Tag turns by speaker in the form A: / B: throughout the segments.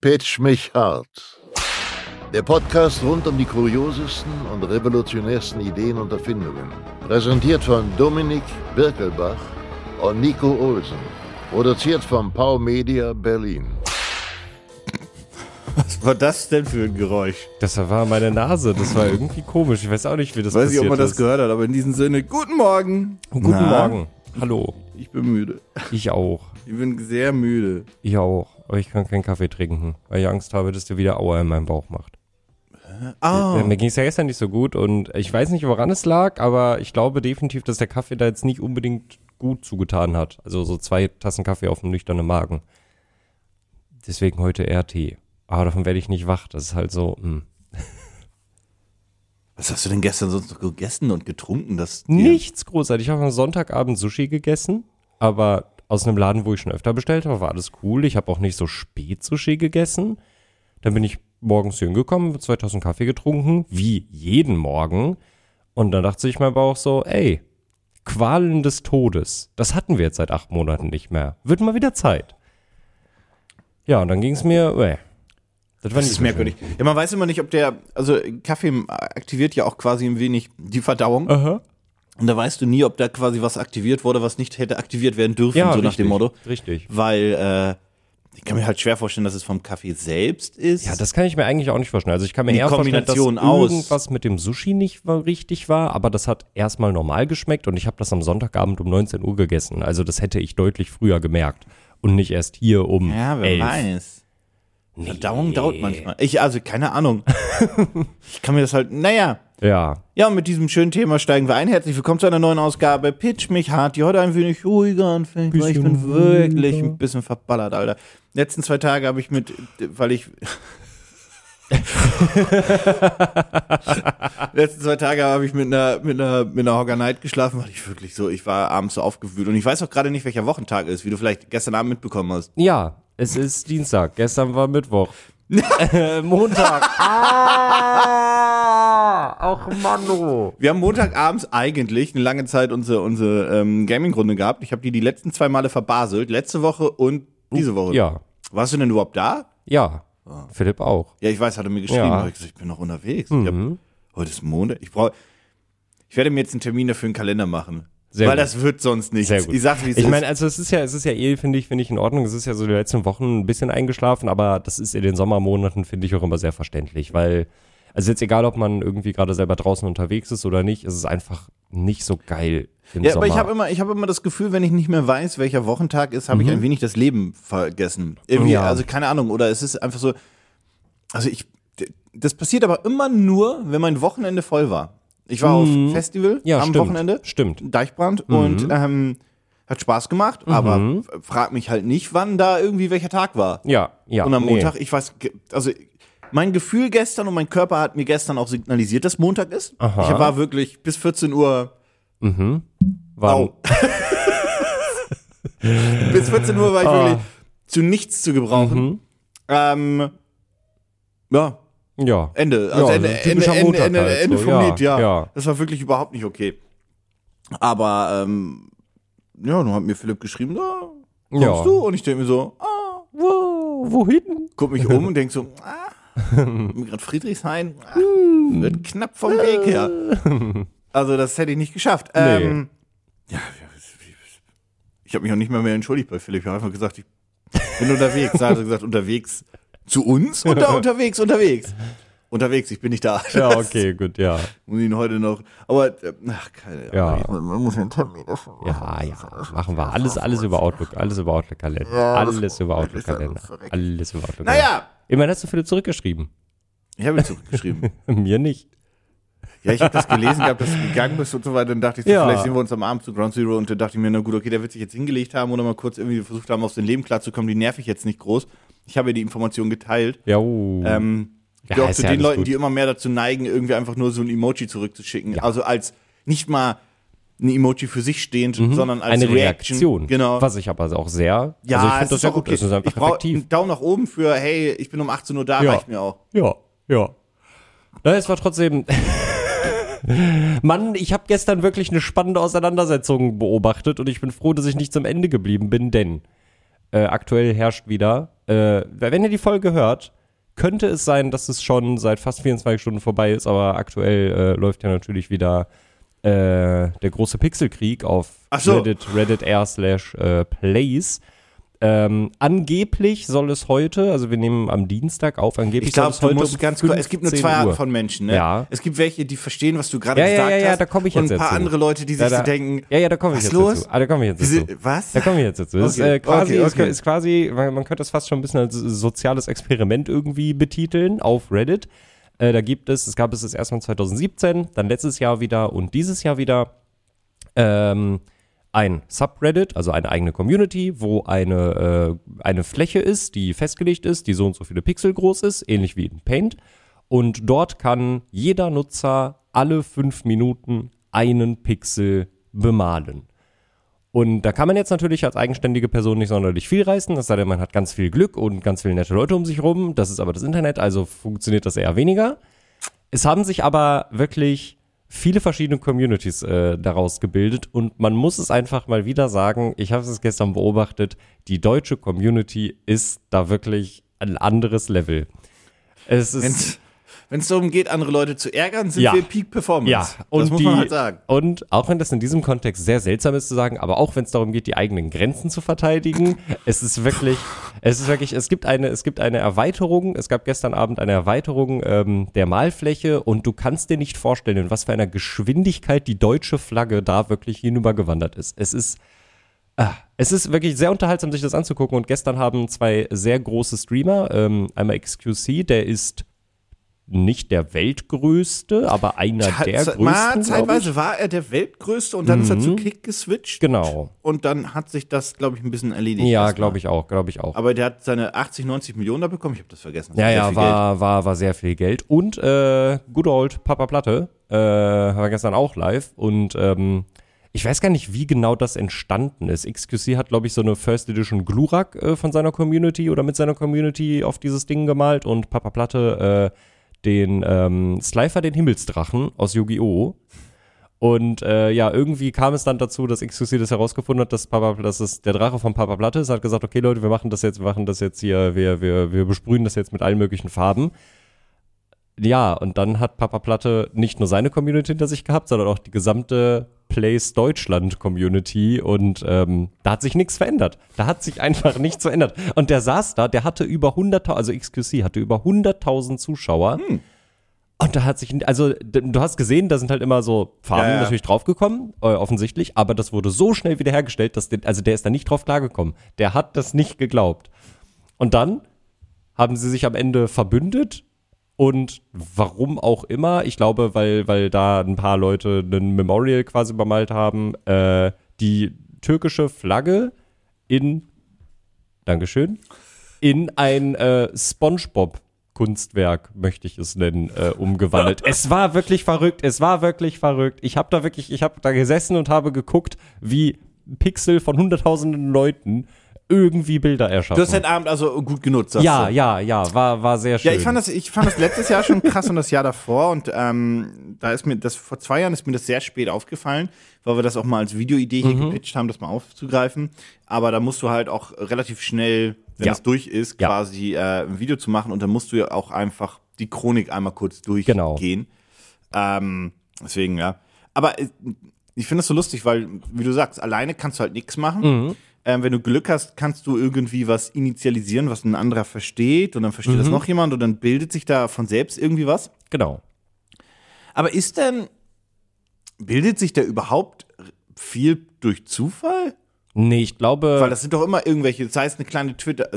A: Pitch mich hart. Der Podcast rund um die kuriosesten und revolutionärsten Ideen und Erfindungen. Präsentiert von Dominik Birkelbach und Nico Olsen. Produziert von Pau Media Berlin.
B: Was war das denn für ein Geräusch?
C: Das war meine Nase. Das war irgendwie komisch. Ich weiß auch nicht, wie das
B: Weiß ich,
C: passiert
B: ob man das
C: ist.
B: gehört hat, aber in diesem Sinne, guten Morgen.
C: Guten Morgen. Hallo.
B: Ich bin müde.
C: Ich auch.
B: Ich bin sehr müde.
C: Ich auch. Aber ich kann keinen Kaffee trinken, weil ich Angst habe, dass dir wieder Aua in meinem Bauch macht.
B: Ah,
C: Äh, Mir ging es ja gestern nicht so gut und ich weiß nicht, woran es lag, aber ich glaube definitiv, dass der Kaffee da jetzt nicht unbedingt gut zugetan hat. Also so zwei Tassen Kaffee auf dem nüchternen Magen. Deswegen heute RT. Aber davon werde ich nicht wach. Das ist halt so. Mh.
B: was hast du denn gestern sonst noch gegessen und getrunken? Das dir-
C: Nichts großartig. Ich habe am Sonntagabend Sushi gegessen, aber aus einem Laden, wo ich schon öfter bestellt habe, war alles cool. Ich habe auch nicht so spät Sushi gegessen. Dann bin ich morgens hier hingekommen, habe 2000 Kaffee getrunken, wie jeden Morgen. Und dann dachte sich mein Bauch so, ey, Qualen des Todes. Das hatten wir jetzt seit acht Monaten nicht mehr. Wird mal wieder Zeit. Ja, und dann ging es mir, äh, das war
B: Das
C: nicht
B: ist
C: so
B: merkwürdig. Ja, man weiß immer nicht, ob der, also Kaffee aktiviert ja auch quasi ein wenig die Verdauung.
C: schön. Aha.
B: Und da weißt du nie, ob da quasi was aktiviert wurde, was nicht hätte aktiviert werden dürfen,
C: Ja,
B: so nach dem
C: richtig,
B: Motto.
C: richtig.
B: Weil, äh, ich kann mir halt schwer vorstellen, dass es vom Kaffee selbst ist.
C: Ja, das kann ich mir eigentlich auch nicht vorstellen. Also ich kann mir
B: Die
C: eher
B: Kombination
C: vorstellen, dass
B: aus.
C: irgendwas mit dem Sushi nicht war, richtig war, aber das hat erstmal normal geschmeckt und ich habe das am Sonntagabend um 19 Uhr gegessen. Also das hätte ich deutlich früher gemerkt und nicht erst hier um
B: ja, wer
C: 11.
B: weiß. Verdauung dauert manchmal. Ich, also, keine Ahnung. ich kann mir das halt, naja.
C: Ja,
B: Ja, und mit diesem schönen Thema steigen wir ein. Herzlich willkommen zu einer neuen Ausgabe Pitch mich hart, die heute ein wenig ruhiger anfängt, weil ich bin
C: Bisschen
B: wirklich
C: ruhiger.
B: ein bisschen verballert, Alter. Die letzten zwei Tage habe ich mit, weil ich... Die letzten zwei Tage habe ich mit einer, mit einer, mit einer Hogger Night geschlafen, weil ich wirklich so, ich war abends so aufgewühlt. Und ich weiß auch gerade nicht, welcher Wochentag ist, wie du vielleicht gestern Abend mitbekommen hast.
C: ja, es ist Dienstag. Gestern war Mittwoch. Äh, Montag. ah, ach Manno.
B: Wir haben Montagabends eigentlich eine lange Zeit unsere, unsere ähm, Gaming-Runde gehabt. Ich habe die die letzten zwei Male verbaselt. Letzte Woche und diese Woche.
C: Ja,
B: Warst du denn überhaupt da?
C: ja.
B: Ah.
C: Philipp auch.
B: Ja, ich weiß, hat er mir geschrieben.
C: Ja. Mhm.
B: aber Ich, gesagt, ich bin noch unterwegs. Ich hab, heute ist Montag. Ich brauche. Ich werde mir jetzt einen Termin dafür einen Kalender machen.
C: Sehr
B: weil
C: gut.
B: das wird sonst nichts.
C: Sehr gut.
B: Ich sag's, wie es
C: Ich
B: ist.
C: meine, also es ist ja, es ist ja eh, finde ich, finde ich in Ordnung. Es ist ja so die letzten Wochen ein bisschen eingeschlafen, aber das ist in den Sommermonaten, finde ich, auch immer sehr verständlich, weil, also jetzt egal, ob man irgendwie gerade selber draußen unterwegs ist oder nicht, es ist einfach nicht so geil im
B: ja,
C: Sommer.
B: aber ich habe immer, ich hab immer das Gefühl, wenn ich nicht mehr weiß, welcher Wochentag ist, habe ich ein wenig das Leben vergessen. Irgendwie,
C: Mhm. Ja.
B: also keine Ahnung. Oder es ist einfach so. Also ich. d- Das passiert aber immer nur, wenn mein Wochenende voll war. Ich war auf Festival
C: Mhm. ja,
B: am
C: stimmt, Mhm.
B: Wochenende.
C: Stimmt.
B: Deichbrand und ähm, hat Spaß gemacht,
C: Mhm.
B: aber f- frag mich halt nicht, wann da irgendwie welcher Tag war.
C: Ja, ja.
B: und am
C: nee.
B: Montag, ich weiß, ge- also mein Gefühl gestern und mein Körper hat mir gestern auch signalisiert, dass Montag ist.
C: Aha.
B: Ich war wirklich bis 14 Uhr.
C: Mhm. Wann?
B: Au. bis 14 Uhr war ich
C: Ah.
B: wirklich zu nichts zu gebrauchen.
C: Mhm.
B: Ähm, ja,
C: Ja.
B: Ende. Also Ende,
C: Ja, also
B: Ende,
C: typischer
B: Ende,
C: Montag
B: Ende,
C: halt
B: Ende
C: so,
B: vom
C: ja,
B: Lied, ja.
C: ja.
B: Das war wirklich überhaupt nicht okay. Aber ähm, ja, nun hat mir Philipp geschrieben, da kommst
C: Ja.
B: du? Und ich denke mir so, ah,
C: Wo, wohin?
B: guck mich um und denk so, ah, gerade Friedrichshain, ah,
C: Mm.
B: wird knapp vom Weg her. Also das hätte ich nicht geschafft. Ähm, ja, ich habe mich auch nicht mal mehr entschuldigt bei Philipp. Ich habe einfach gesagt, ich bin unterwegs. Da hat er gesagt, unterwegs zu uns oder unterwegs, unterwegs. Unterwegs, ich bin nicht da.
C: Ja, okay, gut, ja.
B: Muss ihn heute noch. Aber, äh, ach, keine
C: Ja.
B: Ahnung. Man muss einen Termin dafür machen.
C: Ja, ja, machen wir. Alles, alles über Outlook, alles über Outlook-Kalender. alles über Outlook-Kalender. Alles über Outlook-Kalender.
B: Naja,
C: Immerhin hast du Philipp zurückgeschrieben.
B: ich habe ihn zurückgeschrieben.
C: Mir nicht.
B: ja, ich habe das gelesen gehabt, dass du gegangen bist und so weiter. Dann dachte ich, so,
C: Ja.
B: vielleicht sehen wir uns am Abend zu Ground Zero. Und dann dachte ich mir, na gut, okay, der wird sich jetzt hingelegt haben oder mal kurz irgendwie versucht haben, auf sein Leben klarzukommen. Die nerv ich jetzt nicht groß. Ich habe ihr die Information geteilt.
C: Ja, uh.
B: Ähm, ich
C: Ja,
B: gehöre auch
C: ist
B: zu
C: ja
B: den
C: alles
B: Leuten,
C: gut.
B: die immer mehr dazu neigen, irgendwie einfach nur so ein Emoji zurückzuschicken. Also als nicht mal ein Emoji für sich stehend, sondern als
C: Mhm. eine Reaktion.
B: Genau.
C: Was ich aber auch sehr.
B: Ja,
C: also ich finde
B: es
C: das
B: ist
C: sehr
B: auch
C: gut. Das ist einfach
B: ich brauch
C: effektiv.
B: einen Daumen nach oben für, hey, ich bin um 18 Uhr da,
C: Ja.
B: reicht mir auch.
C: Ja, ja. Na, es war trotzdem. Mann, ich habe gestern wirklich eine spannende Auseinandersetzung beobachtet und ich bin froh, dass ich nicht zum Ende geblieben bin, denn Äh, aktuell herrscht wieder. Äh, wenn ihr die Folge hört, könnte es sein, dass es schon seit fast 24 Stunden vorbei ist, aber aktuell äh, läuft ja natürlich wieder äh, der große Pixelkrieg auf
B: Ach so.
C: Reddit, Reddit r slash äh, plays. Ähm, angeblich soll es heute, also wir nehmen am Dienstag auf, angeblich
B: Ich glaube, du
C: soll es heute
B: musst
C: um
B: ganz kurz. Es gibt nur
C: 15
B: zwei Arten
C: Uhr.
B: von Menschen. Ne?
C: Ja.
B: Es gibt welche, die verstehen, was du gerade
C: Ja, ja,
B: gesagt
C: ja, ja,
B: hast.
C: da komm ich
B: und
C: jetzt
B: ein paar
C: dazu.
B: andere Leute, die
C: Ja,
B: sich
C: da,
B: so denken.
C: Ja, ja, da komme ich
B: was
C: jetzt
B: los?
C: dazu. Ah, da komme ich jetzt
B: Diese,
C: dazu.
B: was?
C: Da komme ich jetzt dazu. Das ist,
B: Okay,
C: äh, quasi,
B: okay, okay.
C: Ist, ist quasi, man, man könnte das fast schon ein bisschen als soziales Experiment irgendwie betiteln auf Reddit. Äh, da gibt es, es gab es das erstmal 2017, dann letztes Jahr wieder und dieses Jahr wieder ähm, ein Subreddit, also eine eigene Community, wo eine, äh, eine Fläche ist, die festgelegt ist, die so und so viele Pixel groß ist, ähnlich wie in Paint. Und dort kann jeder Nutzer alle fünf Minuten einen Pixel bemalen. Und da kann man jetzt natürlich als eigenständige Person nicht sonderlich viel reißen, das sei denn, man hat ganz viel Glück und ganz viele nette Leute um sich rum. Das ist aber das Internet, also funktioniert das eher weniger. Es haben sich aber wirklich viele verschiedene Communities äh, daraus gebildet und man muss es einfach mal wieder sagen, ich habe es gestern beobachtet, die deutsche Community ist da wirklich ein anderes Level. Es ist
B: Wenn es darum geht, andere Leute zu ärgern, sind
C: Ja.
B: wir Peak Performance.
C: ja, und
B: das muss
C: die,
B: man halt sagen.
C: Und auch wenn das in diesem Kontext sehr seltsam ist zu sagen, aber auch wenn es darum geht, die eigenen Grenzen zu verteidigen, es ist wirklich, es ist wirklich, es gibt eine, es gibt eine Erweiterung, es gab gestern Abend eine Erweiterung ähm, der Malfläche und du kannst dir nicht vorstellen, in was für einer Geschwindigkeit die deutsche Flagge da wirklich hinübergewandert ist. Es ist es ist wirklich sehr unterhaltsam, sich das anzugucken. Und gestern haben zwei sehr große Streamer, ähm, einmal XQC, der ist nicht der weltgrößte, aber einer
B: Hat-
C: der
B: ze-
C: größten.
B: mal,
C: glaub ich. Mhm.
B: zeitweise war er der weltgrößte und dann ist er zu Kick geswitcht.
C: Genau.
B: Und dann hat sich das, glaube ich, ein bisschen erledigt.
C: Ja,
B: erstmal.
C: glaube ich auch, glaube ich auch.
B: Aber der hat seine 80, 90 Millionen da bekommen. Ich habe das vergessen. Das
C: ja,
B: ist ne? sehr
C: ja,
B: viel
C: war, war, war sehr viel Geld. Und äh, Good Old Papa Platte äh, war gestern auch live und ähm, ich weiß gar nicht, wie genau das entstanden ist. XQC hat, glaube ich, so eine First Edition Glurak äh, von seiner Community oder mit seiner Community auf dieses Ding gemalt und Papa Platte äh, den ähm, Slifer, den Himmelsdrachen aus Yu-Gi-Oh! Und äh, ja, irgendwie kam es dann dazu, dass XQC das herausgefunden hat, dass, Papa, dass es der Drache von Papa Platte ist, hat gesagt, okay Leute, wir machen das jetzt, wir machen das jetzt hier, wir, wir, wir besprühen das jetzt mit allen möglichen Farben. Ja, und dann hat Papa Platte nicht nur seine Community hinter sich gehabt, sondern auch die gesamte Place Deutschland Community und ähm, da hat sich nichts verändert. Da hat sich einfach nichts verändert. Und der saß da, der hatte über 100.000, also XQC hatte über 100.000 Zuschauer.
B: Hm.
C: Und da hat sich, also d- du hast gesehen, da sind halt immer so Farben
B: Ja, ja.
C: natürlich draufgekommen, äh, offensichtlich, aber das wurde so schnell wiederhergestellt, dass, den, also der ist da nicht drauf klargekommen. Der hat das nicht geglaubt. Und dann haben sie sich am Ende verbündet und warum auch immer, ich glaube, weil, weil da ein paar Leute ein Memorial quasi bemalt haben, äh, die türkische Flagge in, Dankeschön, in ein äh, SpongeBob-Kunstwerk, möchte ich es nennen, äh, umgewandelt. es war wirklich verrückt, es war wirklich verrückt. Ich habe da wirklich, ich habe da gesessen und habe geguckt, wie Pixel von hunderttausenden Leuten irgendwie Bilder erschaffen.
B: Geld. Du hast den Abend also gut genutzt. sagst
C: Ja,
B: du.
C: ja, ja, war, war sehr schön.
B: Ja, ich fand, das, ich fand das letztes Jahr schon krass und das Jahr davor und ähm, da ist mir das vor zwei Jahren ist mir das sehr spät aufgefallen, weil wir das auch mal als Videoidee hier
C: Mhm.
B: gepitcht haben, das mal aufzugreifen. Aber da musst du halt auch relativ schnell, wenn
C: Ja.
B: das durch ist,
C: Ja.
B: quasi äh, ein Video zu machen und dann musst du ja auch einfach die Chronik einmal kurz durchgehen.
C: Genau.
B: Ähm, deswegen, ja. Aber äh, ich finde das so lustig, weil, wie du sagst, alleine kannst du halt nichts machen. Ähm, wenn du Glück hast, kannst du irgendwie was initialisieren, was ein anderer versteht und dann versteht das noch jemand und dann bildet sich da von selbst irgendwie was.
C: genau.
B: Aber ist denn, bildet sich da überhaupt viel durch Zufall?
C: Nee, ich glaube,
B: Weil das sind doch immer irgendwelche, das heißt eine kleine Twitter,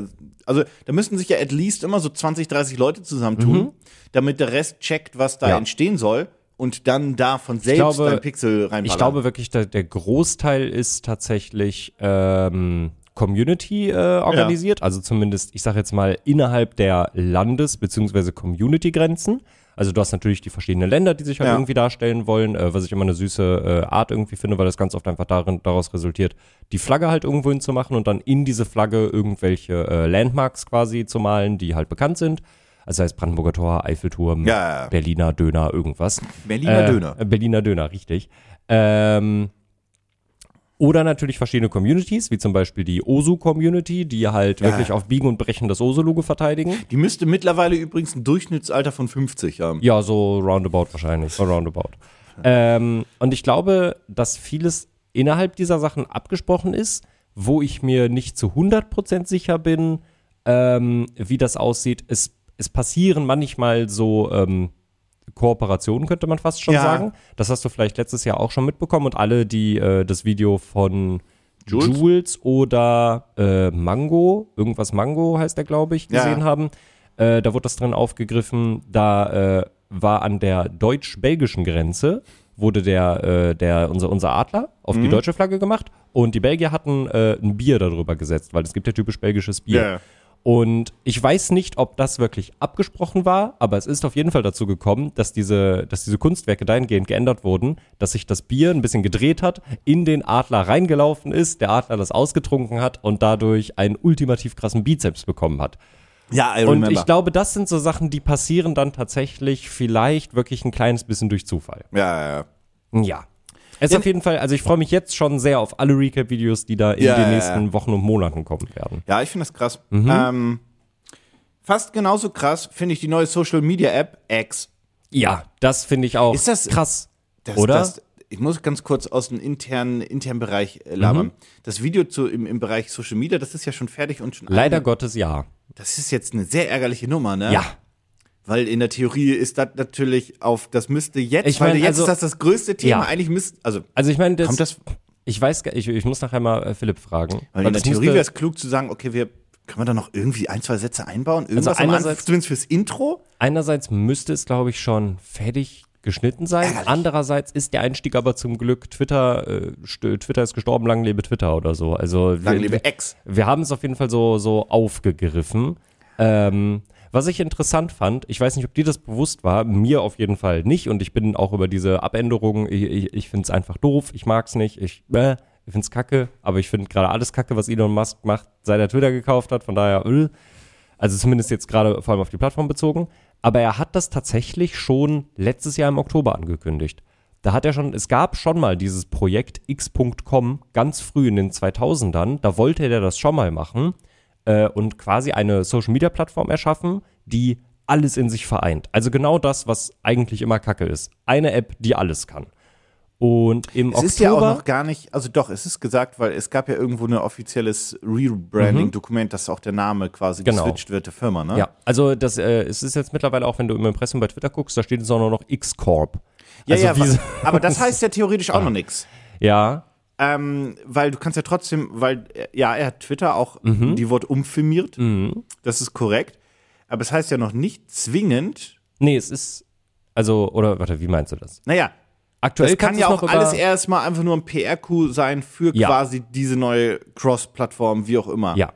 B: also da müssten sich ja at least immer so 20, 30 Leute zusammentun, damit der Rest checkt, was da
C: Mhm. Ja.
B: entstehen soll und dann da von selbst
C: glaube-
B: ein Pixel reinballern.
C: ich glaube wirklich, der, der Großteil ist tatsächlich ähm, Community äh, organisiert. Also zumindest, ich sage jetzt mal, innerhalb der Landes- bzw. Community-Grenzen. Also du hast natürlich die verschiedenen Länder, die sich halt
B: Ja.
C: irgendwie darstellen wollen, äh, was ich immer eine süße äh, Art irgendwie finde, weil das ganz oft einfach darin, daraus resultiert, die Flagge halt irgendwo hinzumachen und dann in diese Flagge irgendwelche äh, Landmarks quasi zu malen, die halt bekannt sind. Also heißt Brandenburger Tor, Eiffelturm,
B: Ja, ja, ja.
C: Berliner Döner, irgendwas.
B: Berliner
C: Äh,
B: Döner.
C: Berliner Döner, richtig. Ähm, Oder natürlich verschiedene Communities, wie zum Beispiel die Osu-Community, die halt wirklich auf Biegen und Brechen das Osu-Logo verteidigen.
B: Die müsste mittlerweile übrigens ein Durchschnittsalter von 50 haben.
C: Ja, so roundabout wahrscheinlich. So roundabout. Ähm, und ich glaube, dass vieles innerhalb dieser Sachen abgesprochen ist, wo ich mir nicht zu 100% sicher bin, ähm, wie das aussieht. Es, es passieren manchmal so ähm, Kooperationen, könnte man fast schon
B: Ja.
C: sagen. Das hast du vielleicht letztes Jahr auch schon mitbekommen und alle, die äh, das Video von
B: Jules?
C: Jules, oder äh, Mango, irgendwas Mango heißt der, glaube ich,
B: Ja.
C: gesehen haben, äh, da wurde das drin aufgegriffen, da äh, war an der deutsch-belgischen Grenze, wurde der, äh, der unser, unser Adler auf
B: Mhm.
C: die deutsche Flagge gemacht und die Belgier hatten äh, ein Bier darüber gesetzt, weil es gibt ja typisch belgisches Bier.
B: Ja.
C: Und ich weiß nicht, ob das wirklich abgesprochen war, aber es ist auf jeden Fall dazu gekommen, dass diese, dass diese Kunstwerke dahingehend geändert wurden, dass sich das Bier ein bisschen gedreht hat, in den Adler reingelaufen ist, der Adler das ausgetrunken hat und dadurch einen ultimativ krassen Bizeps bekommen hat.
B: Ja, I
C: Und ich glaube, das sind so Sachen, die passieren dann tatsächlich vielleicht wirklich ein kleines bisschen durch Zufall.
B: ja, ja, ja.
C: Ja. Es ist auf jeden Fall, also ich freue mich jetzt schon sehr auf alle Recap-Videos, die da in
B: Ja,
C: den
B: ja,
C: nächsten Wochen und Monaten kommen werden.
B: Ja, ich finde das krass.
C: Mhm.
B: Ähm, fast genauso krass finde ich die neue Social Media App X.
C: Ja, das finde ich auch
B: Ist das-
C: krass.
B: Das,
C: oder?
B: Das, ich muss ganz kurz aus dem internen, internen Bereich äh, labern.
C: Mhm.
B: Das Video zu, im, im Bereich Social Media, das ist ja schon fertig und schon.
C: Leider
B: ein-
C: Gottes ja.
B: Das ist jetzt eine sehr ärgerliche Nummer, ne?
C: Ja.
B: Weil in der Theorie ist das natürlich auf, das müsste jetzt,
C: Ich
B: weil
C: mein,
B: jetzt
C: also-
B: ist das das größte Thema.
C: Ja.
B: Eigentlich müsste, also,
C: Also ich meine, das,
B: kommt das,
C: ich weiß, gar- ich, ich muss nachher mal äh, Philipp fragen.
B: weil in der
C: das
B: Theorie
C: müsste-
B: wäre es klug zu sagen, okay, wir, können wir da noch irgendwie ein, zwei Sätze einbauen? Irgendwas am Anfang,
C: Also einerseits-
B: zumindest fürs Intro?
C: einerseits müsste es, glaube ich, schon fertig geschnitten sein.
B: Ärgerlich.
C: Andererseits ist der Einstieg aber zum Glück Twitter, äh, st- Twitter ist gestorben, lang lebe Twitter oder so. Also
B: Lang
C: wir-
B: lebe X.
C: wir haben es auf jeden Fall so, so aufgegriffen. Ähm, was ich interessant fand, ich weiß nicht, ob dir das bewusst war, mir auf jeden Fall nicht und ich bin auch über diese Abänderungen, ich, ich, ich finde es einfach doof, ich mag es nicht, ich, äh, ich finde es kacke, aber ich finde gerade alles kacke, was Elon Musk macht, seit er Twitter gekauft hat, von daher, äh, also zumindest jetzt gerade vor allem auf die Plattform bezogen, aber er hat das tatsächlich schon letztes Jahr im Oktober angekündigt. Da hat er schon, es gab schon mal dieses Projekt x.com ganz früh in den 2000ern, da wollte er das schon mal machen äh, und quasi eine Social-Media-Plattform erschaffen, die alles in sich vereint. Also genau das, was eigentlich immer Kacke ist. Eine App, die alles kann. Und im
B: Es
C: Oktober
B: ist ja auch noch gar nicht, also doch, es ist gesagt, weil es gab ja irgendwo ein offizielles Rebranding-Dokument, dass auch der Name quasi
C: Genau.
B: geswitcht wird, der Firma, ne?
C: Ja, also das äh, es ist jetzt mittlerweile auch, wenn du im Impressum bei Twitter guckst, da steht es auch nur noch X-Corp.
B: ja,
C: also
B: ja
C: wie
B: wa-
C: so-
B: aber das heißt ja theoretisch auch noch nichts.
C: ja,
B: Ähm, weil du kannst ja trotzdem, weil, äh, ja, er hat Twitter auch
C: Mhm.
B: die Wort umfirmiert, das ist korrekt, aber es heißt ja noch nicht zwingend,
C: nee, es ist also oder warte, wie meinst du das?
B: naja,
C: Aktuell
B: das kann
C: kannst
B: ja
C: du
B: auch
C: es noch
B: alles
C: über,
B: erstmal einfach nur ein PR-Coup sein für
C: Ja.
B: quasi diese neue Cross-Plattform, wie auch immer.
C: ja,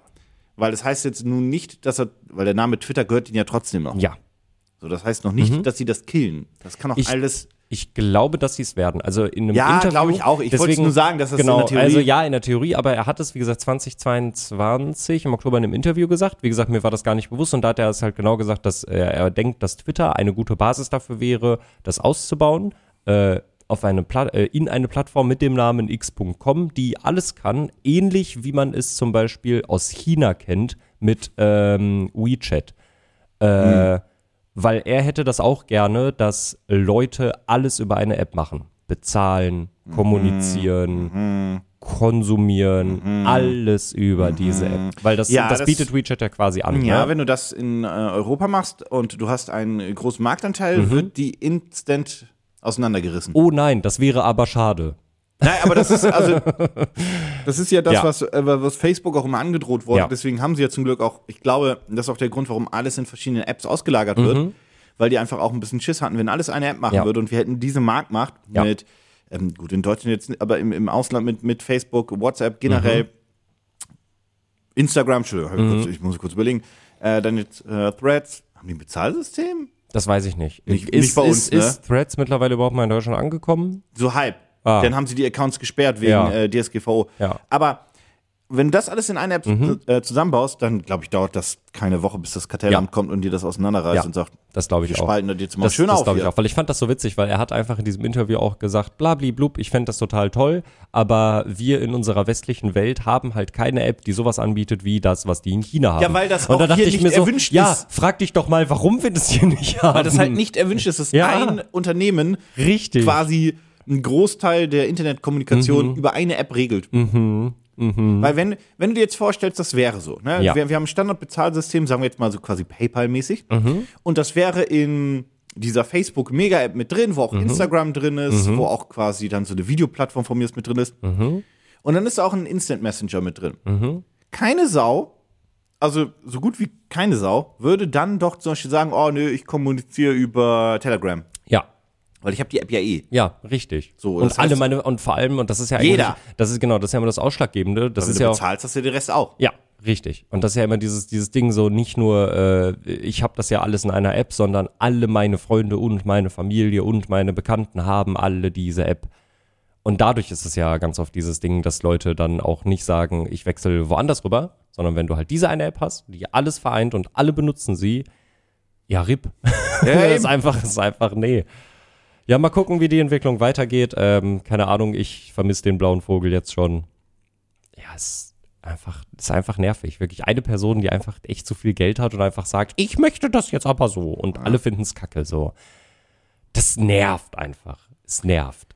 B: Weil das heißt jetzt nun nicht, dass er, weil der Name Twitter gehört ihnen ja trotzdem noch.
C: ja.
B: So, das heißt noch nicht, dass sie das killen. Das kann auch
C: Ich-
B: alles.
C: Ich glaube, dass sie es werden. Also in einem
B: Ja,
C: Interview.
B: glaube ich auch. Ich wollte's
C: deswegen-
B: nur sagen, dass das in
C: genau,
B: der Theorie-
C: Also ja, in der Theorie, aber er hat es, wie gesagt, 2022 im Oktober in einem Interview gesagt. Wie gesagt, mir war das gar nicht bewusst und da hat er es halt genau gesagt, dass äh, er denkt, dass Twitter eine gute Basis dafür wäre, das auszubauen. Äh, auf eine Pla äh, in eine Plattform mit dem Namen x.com, die alles kann, ähnlich wie man es zum Beispiel aus China kennt mit ähm, WeChat.
B: Hm.
C: Äh, Weil er hätte das auch gerne, dass Leute alles über eine App machen. Bezahlen,
B: Mhm.
C: kommunizieren, konsumieren, alles über diese App. Weil das,
B: Mhm. Ja,
C: das,
B: das-
C: bietet WeChat ja quasi an.
B: Ja,
C: ne?
B: wenn du das in äh, Europa machst und du hast einen äh, großen Marktanteil, wird die instant auseinandergerissen.
C: Oh nein, das wäre aber schade.
B: Nein, aber das ist also das ist ja das,
C: Ja.
B: Was, äh, was Facebook auch immer angedroht wurde.
C: Ja.
B: Deswegen haben sie ja zum Glück auch, ich glaube, das ist auch der Grund, warum alles in verschiedenen Apps ausgelagert wird, weil die einfach auch ein bisschen Schiss hatten, wenn alles eine App machen
C: Ja.
B: würde und wir hätten diese Marktmacht
C: Ja.
B: mit, ähm, gut, in Deutschland jetzt, aber im, im Ausland mit, mit Facebook, WhatsApp generell, Instagram, Entschuldigung, hab ich kurz, ich muss kurz überlegen, äh, dann jetzt äh, Threads, haben die ein Bezahlsystem?
C: Das weiß ich nicht.
B: Nicht-
C: ist,
B: nicht bei uns, ne?
C: ist, ist Threads mittlerweile überhaupt mal in Deutschland angekommen?
B: So halb.
C: Ah.
B: Dann haben sie die Accounts gesperrt wegen
C: Ja.
B: äh, DSGVO.
C: Ja.
B: Aber wenn du das alles in einer App äh, zusammenbaust, dann glaube ich, dauert das keine Woche, bis das Kartellamt
C: Ja.
B: kommt und dir das auseinanderreißt
C: Ja.
B: und sagt,
C: Das glaube
B: wir
C: ich auch.
B: spalten das jetzt mal
C: das,
B: schön
C: das
B: auf
C: glaube ich
B: hier.
C: auch, weil ich fand das so witzig, weil er hat einfach in diesem Interview auch gesagt, blub, ich fände das total toll, aber wir in unserer westlichen Welt haben halt keine App, die sowas anbietet wie das, was die in China haben.
B: Ja, weil das
C: Und
B: auch
C: dann dachte
B: hier
C: ich
B: nicht
C: mir so,
B: erwünscht
C: ja,
B: ist.
C: frag dich doch mal, warum wir das hier nicht haben.
B: Weil das halt nicht erwünscht ist, dass
C: Ja.
B: ein Unternehmen
C: richtig. Mhm.
B: quasi einen Großteil der Internetkommunikation über eine App regelt. Weil wenn, wenn du dir jetzt vorstellst, das wäre so. Ne?
C: Ja.
B: Wir, wir haben ein Standardbezahlsystem, sagen wir jetzt mal so quasi PayPal-mäßig.
C: Mhm.
B: Und das wäre in dieser Facebook-Mega-App mit drin, wo
C: Mhm.
B: auch Instagram drin ist, wo auch quasi dann so eine Videoplattform von mir ist mit drin ist.
C: Mhm.
B: Und dann ist auch ein Instant Messenger mit drin. Keine Sau also so gut wie keine Sau, würde dann doch zum Beispiel sagen, oh nö, ich kommuniziere über Telegram.
C: Ja.
B: Weil ich habe die App ja eh.
C: Ja, richtig.
B: So,
C: und
B: das heißt-
C: alle meine, und vor allem, und das ist ja eigentlich,
B: Jeder.
C: das ist genau, das ist ja immer das Ausschlaggebende, das
B: Wenn
C: ist
B: du
C: ja auch,
B: bezahlst, hast du den Rest auch.
C: Ja, richtig. Und das ist ja immer dieses, dieses Ding so, nicht nur, äh, ich habe das ja alles in einer App, sondern alle meine Freunde und meine Familie und meine Bekannten haben alle diese App. Und dadurch ist es ja ganz oft dieses Ding, dass Leute dann auch nicht sagen, ich wechsle woanders rüber, sondern wenn du halt diese eine App hast, die alles vereint und alle benutzen sie, ja, RIP. das ist
B: eben.
C: einfach, das ist einfach, nee. Ja, mal gucken, wie die Entwicklung weitergeht. Ähm, keine Ahnung, ich vermisse den blauen Vogel jetzt schon. Ja, es ist einfach, es ist einfach nervig. Wirklich eine Person, die einfach echt zu viel Geld hat und einfach sagt, ich möchte das jetzt aber so. Und alle finden es kacke so. Das nervt einfach. Es nervt.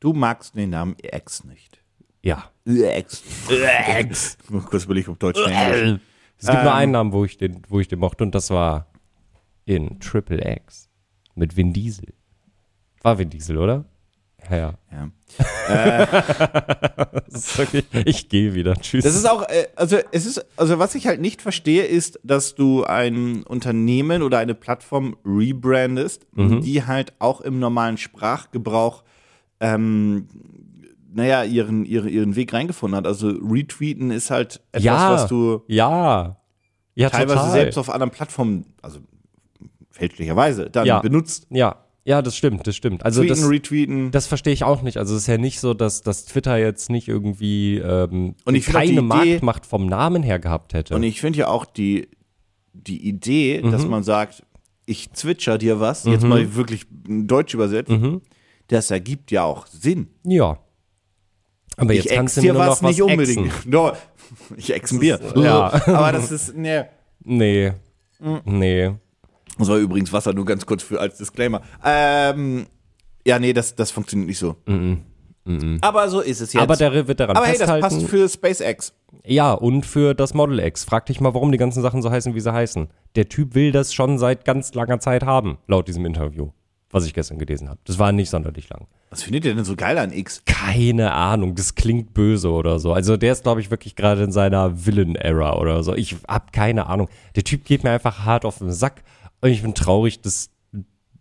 B: Du magst den Namen Ex nicht.
C: Ja.
B: Ex. Ex. Nur kurz überlegen, ob Deutsch oder Englisch.
C: Es gibt
B: Ähm.
C: nur einen Namen, wo ich den, wo ich den mochte, und das war in Triple X mit Vin Diesel. War Vin Diesel, oder? Ja, ja.
B: Ja.
C: Das ist wirklich, ich gehe wieder. Tschüss.
B: Das ist auch, äh, also es ist, also was ich halt nicht verstehe, ist, dass du ein Unternehmen oder eine Plattform rebrandest, die halt auch im normalen Sprachgebrauch, ähm, naja, ihren, ihren, ihren Weg reingefunden hat. Also retweeten ist halt etwas,
C: ja,
B: was du
C: ja, ja,
B: teilweise
C: total.
B: selbst auf anderen Plattformen, also fälschlicherweise, dann
C: Ja.
B: benutzt.
C: ja, ja, das stimmt, das stimmt. Also
B: Tweeten,
C: das,
B: retweeten.
C: das verstehe ich auch nicht. Also es ist ja nicht so, dass, dass Twitter jetzt nicht irgendwie ähm,
B: Und ich finde auch
C: keine
B: die Idee-
C: Marktmacht vom Namen her gehabt hätte.
B: Und ich finde ja auch die, die Idee,
C: Mhm.
B: dass man sagt, ich zwitscher dir was, jetzt mal wirklich in Deutsch übersetzt,
C: Mhm.
B: das ergibt ja auch Sinn.
C: ja. Aber jetzt
B: ich ex
C: kannst du
B: dir
C: mir nur
B: was
C: noch was
B: nicht unbedingt.
C: exen. äh,
B: No, ich ex ein Bier.
C: Ja.
B: Aber das ist, ne.
C: Nee.
B: Hm.
C: Nee.
B: Das war übrigens Wasser, nur ganz kurz für als Disclaimer. Ähm, ja, nee, das, das funktioniert nicht so. Aber so ist es jetzt.
C: Mhm. Aber der wird daran
B: Aber hey, das
C: festhalten.
B: passt für SpaceX.
C: ja, und für das Model X. Frag dich mal, warum die ganzen Sachen so heißen, wie sie heißen. Der Typ will das schon seit ganz langer Zeit haben, laut diesem Interview, was ich gestern gelesen habe. Das war nicht sonderlich lang.
B: Was findet ihr denn so geil an X?
C: Keine Ahnung, das klingt böse oder so. Also der ist, glaube ich, wirklich gerade in seiner Villain-Era oder so. Ich hab keine Ahnung. Der Typ geht mir einfach hart auf den Sack und ich bin traurig, dass,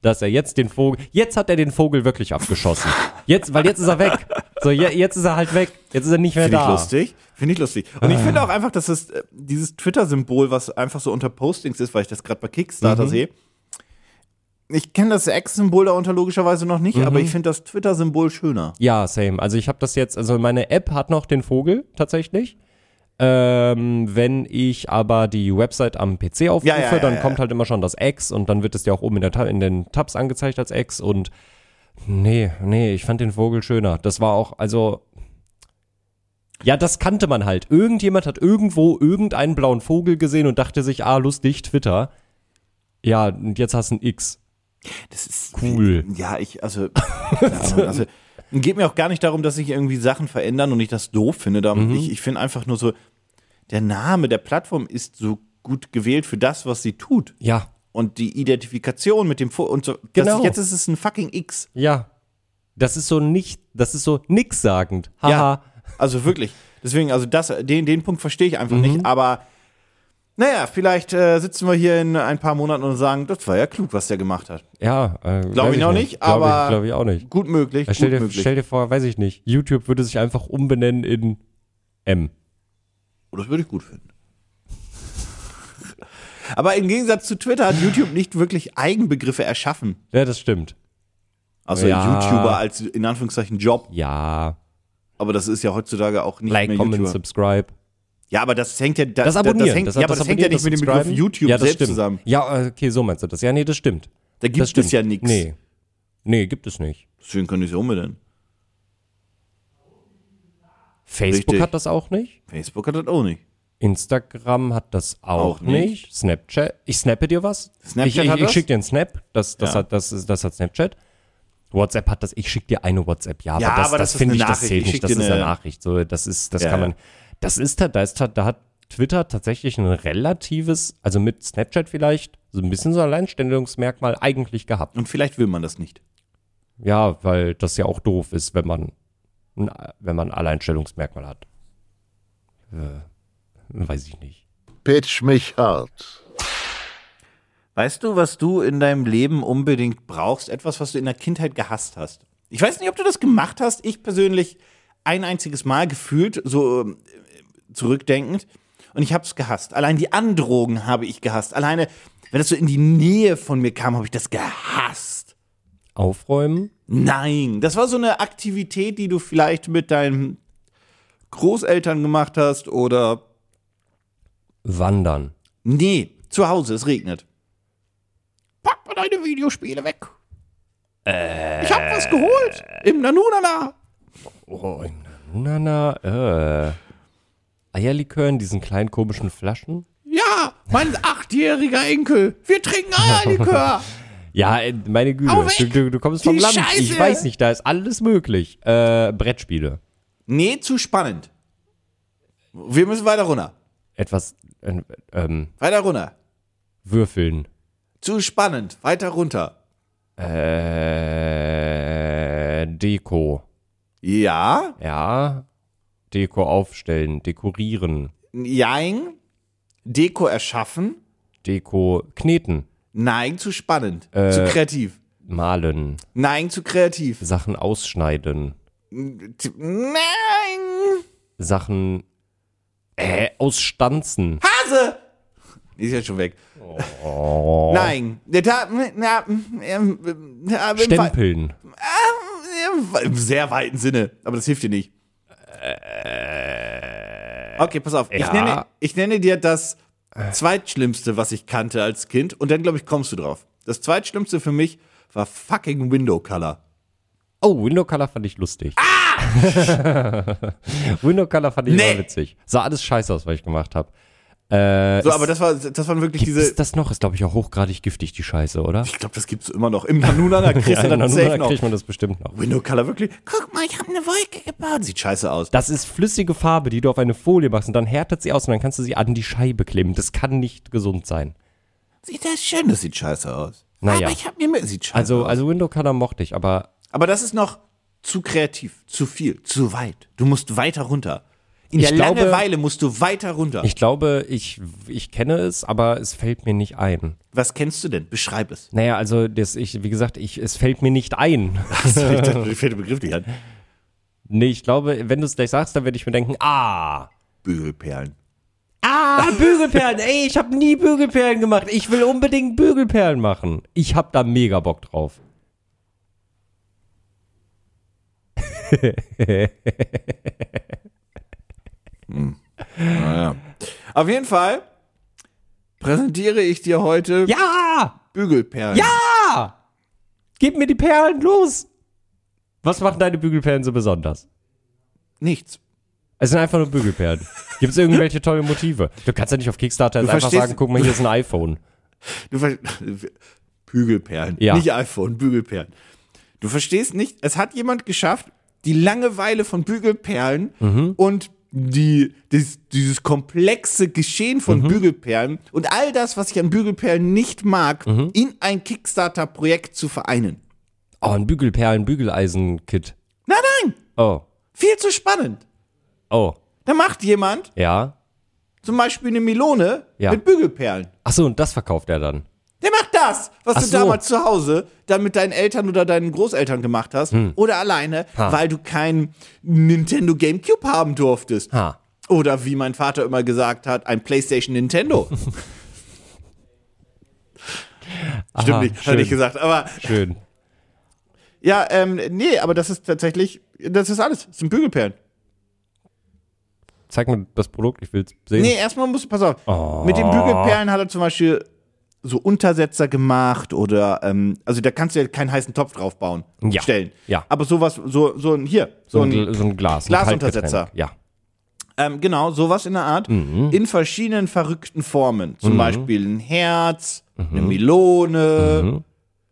C: dass er jetzt den Vogel, jetzt hat er den Vogel wirklich abgeschossen. Jetzt, weil jetzt ist er weg. So, je, jetzt ist er halt weg. Jetzt ist er nicht mehr
B: Finde ich
C: da. Ah.
B: lustig. Finde ich lustig. Und ich finde auch einfach, dass es äh, dieses Twitter-Symbol, was einfach so unter Postings ist, weil ich das gerade bei
C: Mhm.
B: Kickstarter sehe. Ich kenne das X-Symbol darunter logischerweise noch nicht,
C: Mhm.
B: aber ich finde das Twitter-Symbol schöner.
C: Ja, same. Also ich habe das jetzt, also meine App hat noch den Vogel tatsächlich. Ähm, wenn ich aber die Website am PC aufrufe,
B: Ja, ja, ja,
C: dann
B: ja,
C: kommt
B: ja.
C: halt immer schon das X und dann wird es ja auch oben in, der, Ta- in den Tabs angezeigt als X und nee, nee, ich fand den Vogel schöner. Das war auch, also ja, das kannte man halt. Irgendjemand hat irgendwo irgendeinen blauen Vogel gesehen und dachte sich, ah, lustig, Twitter. Ja, und jetzt hast du ein X.
B: Das ist
C: Cool.
B: Ja, ich, also, keine Ahnung, also geht mir auch gar nicht darum, dass sich irgendwie Sachen verändern und ich das doof finde. Da-
C: Mhm.
B: Ich, ich finde einfach nur so, der Name der Plattform ist so gut gewählt für das, was sie tut.
C: Ja,
B: Und die Identifikation mit dem Vor und so. Genau. Das
C: Genau.
B: ist, jetzt ist es ein fucking X.
C: Ja. Das ist so nicht, das ist so nickssagend. Haha.
B: Ja, also wirklich. Deswegen, also das, den, den Punkt verstehe ich einfach
C: Mhm.
B: nicht. Aber naja, vielleicht äh, sitzen wir hier in ein paar Monaten und sagen, das war ja klug, was der gemacht hat.
C: Ja, äh,
B: Glaube
C: weiß
B: ich noch nicht, aber
C: ich, glaube ich auch nicht.
B: Gut möglich,
C: Stell
B: gut
C: dir,
B: möglich.
C: stell dir vor, weiß ich nicht, YouTube würde sich einfach umbenennen in M.
B: Oh, das würde ich gut finden. Aber im Gegensatz zu Twitter hat YouTube nicht wirklich Eigenbegriffe erschaffen.
C: Ja, das stimmt.
B: Also
C: Ja.
B: YouTuber als in Anführungszeichen Job.
C: Ja.
B: Aber das ist ja heutzutage auch nicht
C: Like,
B: mehr
C: comment,
B: YouTuber.
C: subscribe.
B: Ja, aber das hängt ja da,
C: Das Abonnieren.
B: Das hängt, ja, aber das hängt ja
C: Abonnieren,
B: nicht mit dem Begriff
C: Subscriben.
B: YouTube
C: ja, das
B: selbst
C: stimmt.
B: zusammen.
C: Ja, okay, so meinst du das. Ja, nee, das stimmt.
B: Da
C: das
B: gibt
C: stimmt.
B: es ja nichts.
C: Nee. Nee, gibt es nicht.
B: Deswegen könnte ich es umbenennen.
C: Facebook
B: Richtig.
C: hat das auch nicht.
B: Facebook hat das auch nicht.
C: Instagram hat das auch,
B: Auch
C: nicht.
B: nicht.
C: Snapchat. Ich snappe dir was.
B: Snapchat
C: ich, ich,
B: hat
C: ich
B: das?
C: schicke dir einen Snap. Das, das,
B: Ja.
C: hat, das, ist- das hat Snapchat. WhatsApp hat das. Ich schicke dir eine WhatsApp. Ja,
B: Ja,
C: aber das,
B: aber
C: das,
B: das ist
C: finde
B: eine
C: ich, das
B: Nachricht.
C: zählt
B: Ich
C: nicht.
B: schick
C: Das
B: dir
C: ist eine
B: eine-
C: Nachricht. So, das ist, das
B: Ja,
C: kann man.
B: ja.
C: Das ist halt, da, da ist da, da hat Twitter tatsächlich ein relatives, also mit Snapchat vielleicht so ein bisschen so ein Alleinstellungsmerkmal eigentlich gehabt.
B: Und vielleicht will man das nicht.
C: Ja, weil das ja auch doof ist, wenn man, ein- wenn man ein Alleinstellungsmerkmal hat. Äh, weiß ich nicht.
A: Pitch mich hart.
B: Weißt du, was du in deinem Leben unbedingt brauchst? Etwas, was du in der Kindheit gehasst hast. Ich weiß nicht, ob du das gemacht hast. Ich persönlich ein einziges Mal gefühlt, so ähm, zurückdenkend. Und ich habe es gehasst. Allein die Androgen habe ich gehasst. Alleine, wenn das so in die Nähe von mir kam, habe ich das gehasst.
C: Aufräumen?
B: Nein, das war so eine Aktivität, die du vielleicht mit deinen Großeltern gemacht hast oder
C: Wandern.
B: nee, zu Hause, es regnet. Pack mal deine Videospiele weg. Ich hab was geholt im Nanunana.
C: Oh, im Nanana, äh. Eierlikör in diesen kleinen komischen Flaschen?
B: Ja, mein achtjähriger Enkel. Wir trinken Eierlikör.
C: Ja, äh, meine Güte,
B: Hau weg!
C: du, du, du kommst
B: Die
C: vom Land. Ich
B: Scheiße!
C: weiß nicht, da ist alles möglich. Äh, Brettspiele.
B: nee, zu spannend. Wir müssen weiter runter.
C: Etwas, äh, ähm,
B: Weiter runter.
C: würfeln.
B: Zu spannend. Weiter runter.
C: Äh, Deko.
B: Ja,
C: Ja. Deko aufstellen, dekorieren.
B: jein. Deko erschaffen.
C: Deko kneten,
B: Nein, zu spannend. zu kreativ.
C: malen,
B: Nein, zu kreativ.
C: Sachen ausschneiden,
B: T- Nein!
C: Sachen, äh, ausstanzen.
B: Hase! Die ist jetzt schon weg.
C: Oh.
B: Nein. Der Ta na, ähm, ähm, äh, im Fall-
C: Stempeln.
B: äh, Im sehr weiten Sinne. Aber das hilft dir nicht. Okay, pass auf. Ich,
C: Äh. ja.
B: nenne, ich nenne dir das Zweitschlimmste, was ich kannte als Kind. Und dann, glaube ich, kommst du drauf. Das Zweitschlimmste für mich war fucking Window Color.
C: Oh, Window Color fand ich lustig. Window Color fand ich
B: Nee.
C: immer witzig. Sah alles scheiße aus, was ich gemacht habe. Äh,
B: So, aber das war, das waren wirklich diese.
C: Ist das noch? Ist, glaube ich, auch hochgradig giftig, die Scheiße, oder?
B: Ich glaube, das gibt's immer noch. Im Nanunana kriegst du
C: Ja, dann
B: das safe noch.
C: kriegt man das bestimmt noch.
B: Window Color wirklich. Guck mal, ich habe eine Wolke gebaut. Sieht scheiße aus.
C: Das ist flüssige Farbe, die du auf eine Folie machst und dann härtet sie aus und dann kannst du sie an die Scheibe klemmen. Das kann nicht gesund sein.
B: Sieht das schön, das sieht scheiße aus.
C: Naja.
B: Aber ich habe mir mehr. Sieht scheiße
C: Also, äh,
B: aus.
C: also Window Color mochte ich, aber
B: Aber das ist noch zu kreativ, zu viel, zu weit. Du musst weiter runter. In
C: Ich
B: der
C: glaube-
B: Langeweile musst du weiter runter.
C: ich glaube, ich, ich kenne es, aber es fällt mir nicht ein.
B: Was kennst du denn? Beschreib es.
C: Naja, also das, ich, wie gesagt, ich, es fällt mir nicht ein.
B: Das fällt der Begriff nicht an.
C: Nee, ich glaube, wenn du es gleich sagst, dann werde ich mir denken, ah.
B: Bügelperlen.
C: Ah, Bügelperlen. Ey, ich habe nie Bügelperlen gemacht. Ich will unbedingt Bügelperlen machen. Ich habe da mega Bock drauf.
B: Auf jeden Fall präsentiere ich dir heute
C: Ja!
B: Bügelperlen.
C: Ja! Gib mir die Perlen los! Was machen deine Bügelperlen so besonders?
B: Nichts.
C: Es sind einfach nur Bügelperlen. Gibt es irgendwelche tolle Motive? Du kannst ja nicht auf Kickstarter jetzt einfach
B: verstehst-
C: sagen, guck mal, hier ist ein iPhone.
B: Du ver- Bügelperlen.
C: Ja.
B: Nicht iPhone, Bügelperlen. Du verstehst nicht, es hat jemand geschafft, die Langeweile von Bügelperlen
C: Mhm.
B: und die, dies, dieses komplexe Geschehen von
C: Mhm.
B: Bügelperlen und all das, was ich an Bügelperlen nicht mag,
C: Mhm.
B: in ein Kickstarter-Projekt zu vereinen.
C: Oh, ein Bügelperlen, Bügeleisen-Kit.
B: Nein, nein,
C: Oh,
B: viel zu spannend.
C: oh,
B: Da macht jemand
C: ja.
B: zum Beispiel eine Melone
C: Ja.
B: mit Bügelperlen.
C: Achso, und das verkauft er dann.
B: Der macht das, was
C: Ach
B: du
C: so.
B: damals zu Hause dann mit deinen Eltern oder deinen Großeltern gemacht hast oder alleine,
C: Hm. Ha.
B: weil du keinen Nintendo GameCube haben durftest.
C: Ha.
B: Oder wie mein Vater immer gesagt hat, ein PlayStation Nintendo. Stimmt nicht, hat er
C: schön.
B: nicht gesagt, aber
C: Schön.
B: ja, ähm, nee, aber das ist tatsächlich, das ist alles, das sind Bügelperlen.
C: zeig mir das Produkt, ich will es sehen.
B: Nee, erstmal musst du, pass auf,
C: Oh.
B: mit den Bügelperlen hat er zum Beispiel so Untersetzer gemacht oder, ähm, also da kannst du ja keinen heißen Topf drauf bauen,
C: Ja.
B: stellen.
C: Ja.
B: Aber sowas, so, so ein, hier, so,
C: so,
B: ein,
C: ein, so ein Glas. ein
B: Glasuntersetzer.
C: Kaltgetränk. Ja.
B: ähm, genau, sowas in der Art,
C: Mhm.
B: in verschiedenen verrückten Formen. Zum Beispiel ein Herz, eine Melone,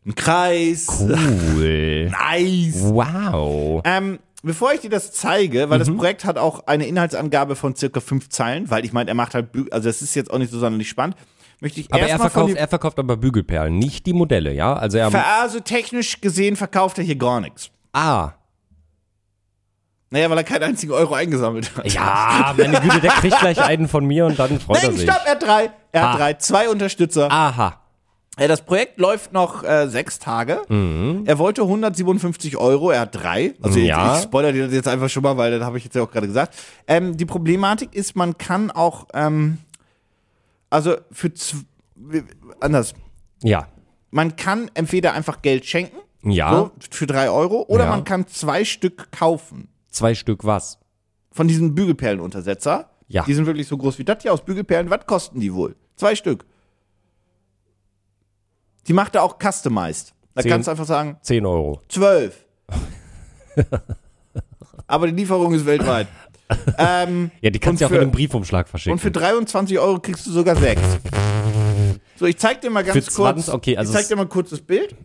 B: ein Kreis,
C: Mhm. Cool.
B: ein Eis.
C: wow.
B: Ähm, bevor ich dir das zeige, weil
C: Mhm.
B: das Projekt hat auch eine Inhaltsangabe von circa fünf Zeilen, weil ich meine, er macht halt, Bü also das ist jetzt auch nicht so sonderlich spannend, möchte ich
C: Aber er
B: erstmal von
C: verkauft,
B: die,
C: er verkauft aber Bügelperlen, nicht die Modelle, ja? Also er.
B: Ver- also technisch gesehen verkauft er hier gar nichts.
C: ah.
B: Naja, weil er keinen einzigen Euro eingesammelt hat.
C: Ja, Ah, meine Güte, der kriegt gleich einen von mir und dann freut er
B: Nein,
C: sich.
B: stopp, er hat drei. Er
C: Ah.
B: hat drei, zwei Unterstützer.
C: Aha.
B: Ja, Das Projekt läuft noch äh, sechs Tage. Er wollte 157 Euro, er hat drei. Also
C: Mhm. Ja.
B: ich, ich spoilere dir das jetzt einfach schon mal, weil das habe ich jetzt ja auch gerade gesagt. Ähm, die Problematik ist, man kann auch, ähm, also für zw- wie- anders,
C: Ja.
B: man kann entweder einfach Geld schenken,
C: Ja.
B: so, für drei Euro, oder
C: Ah. Ja.
B: man kann zwei Stück kaufen
C: Zwei Stück was?
B: von diesem Bügelperlenuntersetzer.
C: Ja.
B: Die sind wirklich so groß wie das hier aus Bügelperlen. Was kosten die wohl? Zwei Stück. Die macht er auch customized. Da
C: Zehn.
B: kannst du einfach sagen,
C: Zehn Euro.
B: zwölf. Aber die Lieferung ist weltweit. ähm,
C: Ja, die kannst du ja auch
B: für-
C: in einem Briefumschlag verschicken.
B: und für 23 Euro kriegst du sogar sechs. So, ich zeig dir mal ganz
C: Für 20,
B: kurz.
C: okay, also
B: ich zeig
C: es-
B: dir mal kurz das Bild.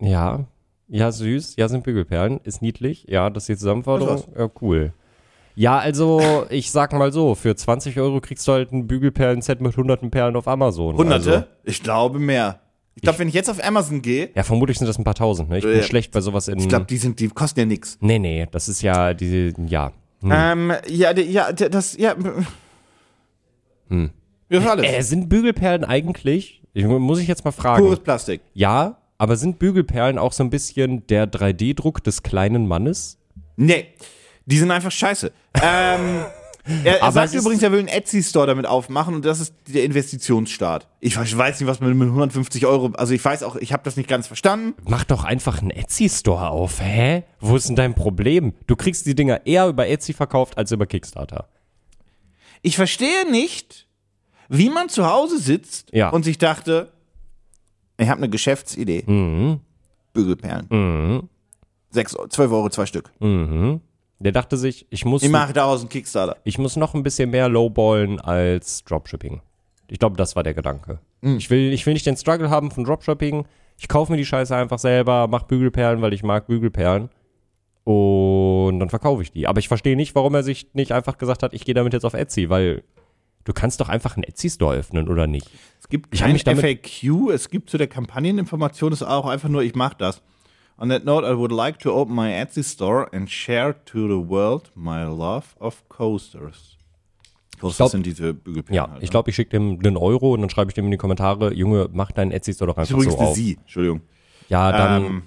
C: Ja. Ja, süß. Ja, sind Bügelperlen. Ist niedlich. Ja, das ist die
B: Das
C: Zusammenfassung. Ja, cool. Ja, also, ich sag mal so, für 20 Euro kriegst du halt ein Bügelperlen-Set mit hunderten Perlen auf Amazon.
B: Hunderte?
C: Also,
B: Ich glaube mehr. Ich glaube, wenn ich jetzt auf Amazon gehe,
C: ja, vermutlich sind das ein paar tausend, ne? Ich bin
B: Ja.
C: schlecht bei sowas in.
B: ich glaube, die sind, die kosten ja nichts.
C: nee, nee, das ist ja diese, ja. Hm.
B: Ähm, ja, der- ja, der- das, ja. Hm.
C: Hm.
B: Das ist alles.
C: Äh, sind Bügelperlen eigentlich, ich, mu- muss ich jetzt mal fragen,
B: Pures Plastik.
C: ja, aber sind Bügelperlen auch so ein bisschen der 3D-Druck des kleinen Mannes?
B: Nee, die sind einfach scheiße. ähm, er er
C: Aber
B: sagt
C: es ist-
B: übrigens, er will einen Etsy-Store damit aufmachen und das ist der Investitionsstart. Ich weiß- ich weiß nicht, was man mit 150 Euro, also ich weiß auch, ich habe das nicht ganz verstanden.
C: Mach doch einfach einen Etsy-Store auf, hä? Wo ist denn dein Problem? Du kriegst die Dinger eher über Etsy verkauft als über Kickstarter.
B: Ich verstehe nicht, wie man zu Hause sitzt
C: Ja.
B: und sich dachte, ich habe eine Geschäftsidee.
C: Mhm.
B: Bügelperlen. 6, 12 Euro, zwei Stück.
C: Der dachte sich, ich muss,
B: Ich mache daraus einen Kickstarter.
C: ich muss noch ein bisschen mehr lowballen als Dropshipping. Ich glaube, das war der Gedanke. Ich, will, ich will nicht den Struggle haben von Dropshipping. Ich kaufe mir die Scheiße einfach selber, mach Bügelperlen, weil ich mag Bügelperlen. Und dann verkaufe ich die. Aber ich verstehe nicht, warum er sich nicht einfach gesagt hat, ich gehe damit jetzt auf Etsy, weil du kannst doch einfach einen Etsy-Store öffnen, oder nicht?
B: Es gibt
C: Ich hab
B: kein
C: mich damit-
B: FAQ, es gibt zu der Kampagneninformation, ist auch einfach nur, ich mache das. On that note, I would like to open my Etsy store and share to the world my love of coasters. Coasters
C: glaub-
B: sind diese Bügelpinne. halt, ne?
C: Ja, ich glaube, ich schicke dem den Euro und dann schreibe ich dem in die Kommentare, Junge, mach deinen Etsy-Store doch
B: ist
C: einfach
B: übrigens
C: so
B: eine
C: auf.
B: Sie, Entschuldigung.
C: Ja, dann,
B: Ähm.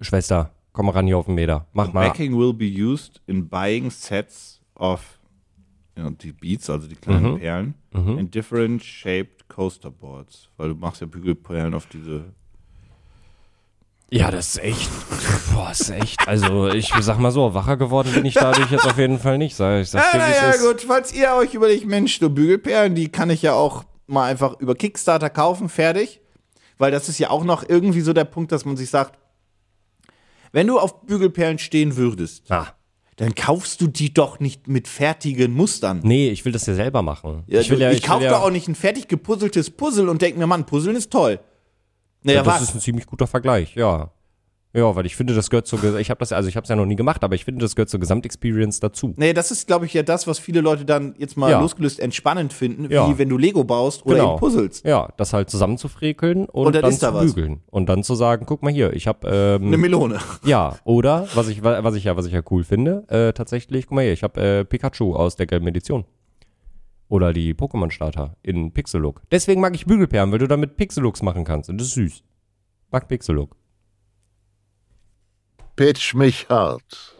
C: Schwester, komm mal ran hier auf den Meter. Mach mal.
B: Backing will be used in buying sets of you know, die Beats, also die kleinen
C: Mhm.
B: Perlen, and different shaped coaster boards. Weil du machst ja Bügelperlen auf diese
C: Ja, das ist echt, boah, das ist echt, also ich sag mal so, wacher geworden bin ich dadurch jetzt auf jeden Fall nicht. Sag, ich sag's
B: Ja,
C: dir,
B: na
C: wie
B: ja,
C: es ist.
B: gut, falls ihr euch überlegt, Mensch, du Bügelperlen, die kann ich ja auch mal einfach über Kickstarter kaufen, fertig. Weil das ist ja auch noch irgendwie so der Punkt, dass man sich sagt, wenn du auf Bügelperlen stehen würdest,
C: Ah,
B: dann kaufst du die doch nicht mit fertigen Mustern.
C: nee, ich will das ja selber machen.
B: Ja,
C: ich will
B: du-
C: ja,
B: ich
C: will
B: kaufe
C: ja,
B: doch auch nicht ein fertig gepuzzeltes Puzzle und denke mir, Mann, Puzzeln ist toll. Naja,
C: Ja, das
B: was?
C: ist ein ziemlich guter Vergleich, ja. Ja, weil ich finde, das gehört zur, Ge- ich habe das, also ich habe es ja noch nie gemacht, aber ich finde, das gehört zur Gesamtexperience dazu.
B: Nee, das ist, glaube ich, ja das, was viele Leute dann jetzt mal
C: Ja.
B: losgelöst entspannend finden,
C: Ja.
B: wie wenn du Lego baust oder eben puzzelst.
C: Genau. Ja, das halt zusammenzufrekeln und,
B: Und dann
C: dann
B: ist
C: zu
B: da was.
C: bügeln. Und dann zu sagen, guck mal hier, ich habe ähm,
B: Eine Melone.
C: Ja, oder was ich wa- was ich ja was ich ja cool finde, äh, tatsächlich, guck mal hier, ich habe äh, Pikachu aus der gelben Edition. Oder die Pokémon Starter in Pixel-Look. Deswegen mag ich Bügelperlen, weil du damit Pixel-Looks machen kannst und das ist süß. Mag Pixel-Look.
A: Pitch mich hart.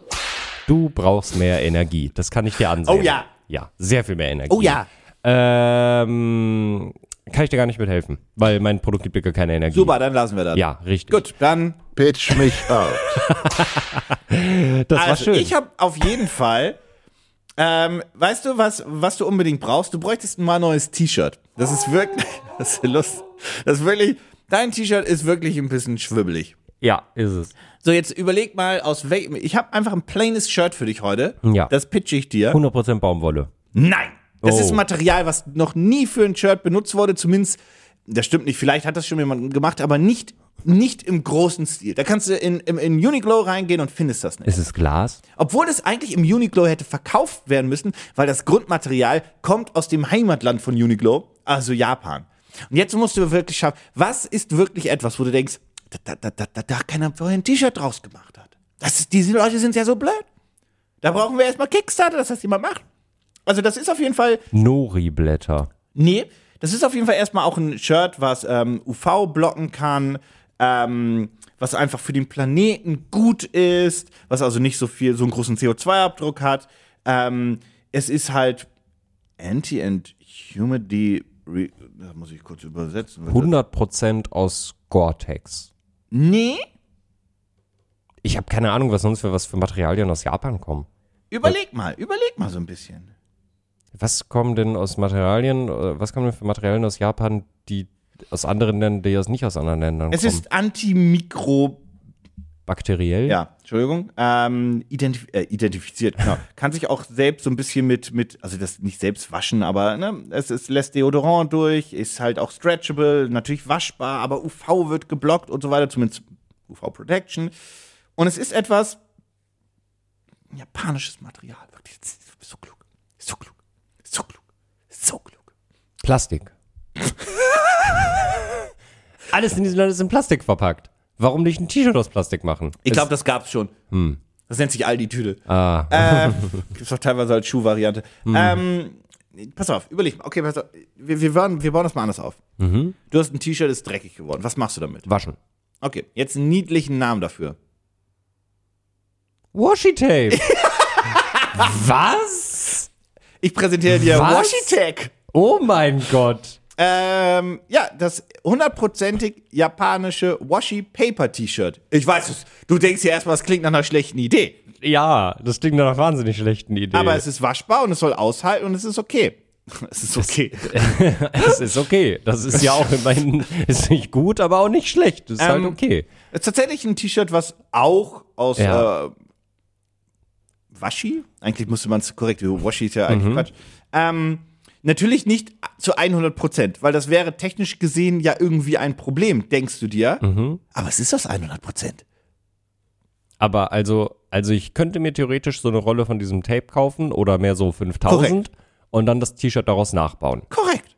C: Du brauchst mehr Energie, das kann ich dir ansehen.
B: Oh ja.
C: Ja, sehr viel mehr Energie.
B: Oh ja.
C: Ähm, kann ich dir gar nicht mithelfen, weil mein Produkt gibt dir keine Energie.
B: Super, dann lassen wir das.
C: Ja, richtig.
B: Gut, dann
A: Pitch mich hart.
C: das war
B: also
C: schön.
B: ich habe auf jeden Fall Ähm, weißt du, was, was du unbedingt brauchst? Du bräuchtest mal ein neues T-Shirt. Das ist wirklich, das ist Lust. Das ist wirklich, dein T-Shirt ist wirklich ein bisschen schwibbelig.
C: Ja, ist es.
B: So, jetzt überleg mal, aus welchem. Ich habe einfach ein plaines Shirt für dich heute.
C: Ja.
B: Das pitch ich dir.
C: 100% Baumwolle.
B: Nein! Das
C: Oh.
B: ist Material, was noch nie für ein Shirt benutzt wurde, zumindest, das stimmt nicht, vielleicht hat das schon jemand gemacht, aber nicht, nicht im großen Stil. Da kannst du in, in, in Uniqlo reingehen und findest das nicht.
C: Ist es Glas?
B: Obwohl es eigentlich im Uniqlo hätte verkauft werden müssen, weil das Grundmaterial kommt aus dem Heimatland von Uniqlo, also Japan. Und jetzt musst du wirklich schaffen, was ist wirklich etwas, wo du denkst, da, da, da, da, da, da keiner vorher ein T-Shirt draus gemacht hat. Das ist, diese Leute sind ja so blöd. Da brauchen wir erstmal Kickstarter, dass das jemand macht. Also das ist auf jeden Fall
C: Nori-Blätter.
B: Nee, das ist auf jeden Fall erstmal auch ein Shirt, was ähm, UV blocken kann, ähm, was einfach für den Planeten gut ist, was also nicht so viel, so einen großen CO2-Abdruck hat. Ähm, es ist halt Anti- and Humidity. Re das muss ich kurz übersetzen.
C: 100% aus Gore-Tex.
B: Nee,
C: Ich habe keine Ahnung, was sonst für was für Materialien aus Japan kommen.
B: überleg mal, überleg mal so ein bisschen.
C: Was kommen denn aus Materialien, äh, was kommen denn für Materialien aus Japan, die aus anderen Ländern, die aus nicht aus anderen Ländern
B: Es
C: kommen?
B: ist Antimikro.
C: Bakteriell?
B: Ja, Entschuldigung. Ähm, identif äh, identifiziert, genau. Kann sich auch selbst so ein bisschen mit, mit also das nicht selbst waschen, aber ne, es, es lässt Deodorant durch, ist halt auch stretchable, natürlich waschbar, aber UV wird geblockt und so weiter, zumindest UV Protection. Und es ist etwas japanisches Material. Wirklich, das ist so klug. So klug. So klug. So klug.
C: Plastik. Alles in diesem Land ist in Plastik verpackt. Warum nicht ein T-Shirt aus Plastik machen?
B: Ich glaube, das gab's schon. Das nennt sich Aldi-Tüte.
C: Ah,
B: Äh, gibt's doch teilweise als Schuhvariante. Ähm, pass auf, überleg mal. Okay, pass auf. Wir, wir, bauen, wir bauen das mal anders auf. Du hast ein T-Shirt, ist dreckig geworden. Was machst du damit?
C: waschen.
B: Okay, jetzt einen niedlichen Namen dafür.
C: Washi-Tape. was?
B: Ich präsentiere dir
C: Was?
B: Washitech.
C: Oh mein Gott.
B: Ähm, ja, das hundertprozentig japanische Washi-Paper-T-Shirt. Ich weiß es. Du denkst dir erstmal, es klingt nach einer schlechten Idee.
C: Ja, das klingt nach einer wahnsinnig schlechten Idee.
B: Aber es ist waschbar und es soll aushalten und es ist okay. Es ist okay.
C: Es ist okay. Das ist ja auch immerhin, ist nicht gut, aber auch nicht schlecht. Ist halt
B: Ähm,
C: okay.
B: Es ist tatsächlich ein T-Shirt, was auch aus
C: Ja.
B: äh, Washi, eigentlich musste man es korrekt, Washi ist ja
C: Mhm.
B: eigentlich Quatsch. Ähm, natürlich nicht zu 100 Prozent, weil das wäre technisch gesehen ja irgendwie ein Problem, denkst du dir.
C: Mhm.
B: Aber es ist das 100 Prozent.
C: Aber also, also ich könnte mir theoretisch so eine Rolle von diesem Tape kaufen oder mehr so 5000 und dann das T-Shirt daraus nachbauen.
B: Korrekt.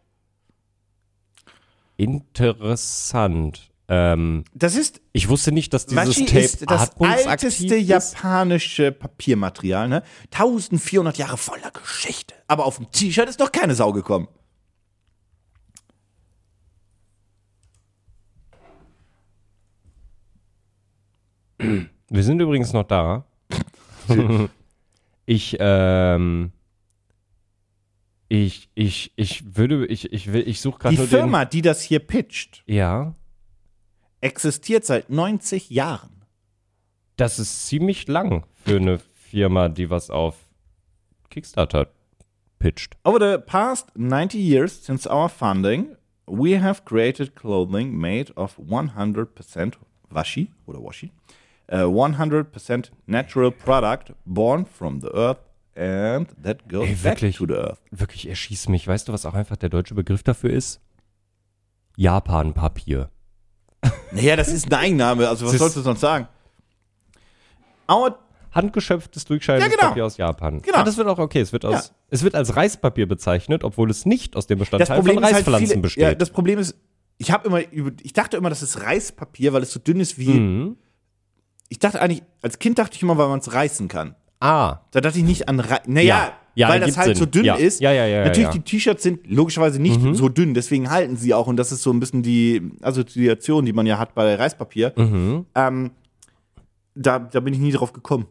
C: Interessant. Ähm,
B: Das ist,
C: ich wusste nicht, dass dieses
B: Washi
C: Tape
B: ist das
C: atmungsaktiv
B: älteste
C: ist.
B: japanische Papiermaterial, ne? 1400 Jahre voller Geschichte. Aber auf dem T-Shirt ist noch keine Sau gekommen.
C: Wir sind übrigens noch da. ich, ähm, ich, ich, ich würde, ich, ich will, ich suche gerade
B: Die
C: nur
B: Firma, die das hier pitcht,
C: den. Ja.
B: existiert seit 90 Jahren.
C: Das ist ziemlich lang für eine Firma, die was auf Kickstarter pitcht.
B: Over the past 90 years since our funding, we have created clothing made of 100% washi oder washi, uh, a 100% natural product born from the earth and that goes
C: Ey,
B: back
C: wirklich?
B: to the earth.
C: Wirklich erschieß mich. Weißt du, was auch einfach der deutsche Begriff dafür ist? Japanpapier.
B: Naja, das ist ein Eigenname, also was
C: Das-
B: sollst du sonst sagen? Our,
C: Handgeschöpftes, durchscheinendes
B: Ja, genau.
C: Papier aus Japan.
B: Genau.
C: Ja, das wird auch okay. Es wird, aus,
B: Ja.
C: es wird als Reispapier bezeichnet, obwohl es nicht aus dem
B: das
C: Bestandteil
B: Problem
C: von
B: ist halt
C: Reispflanzen
B: viele,
C: besteht.
B: Ja, das Problem ist, ich habe immer, über- ich dachte immer, das ist Reispapier, weil es so dünn ist wie.
C: Mhm.
B: Ich dachte eigentlich, als Kind dachte ich immer, weil man es reißen kann.
C: ah,
B: Da dachte ich nicht an Re Naja,
C: Ja. Ja,
B: weil das
C: ergibt
B: halt
C: Sinn.
B: so dünn
C: Ja.
B: ist.
C: Ja, ja, ja, ja,
B: Natürlich,
C: ja.
B: die
C: Mhm.
B: T-Shirts sind logischerweise nicht so dünn, deswegen halten sie auch. Und das ist so ein bisschen die Assoziation, die man ja hat bei Reispapier.
C: Mhm.
B: Ähm, da, da bin ich nie drauf gekommen.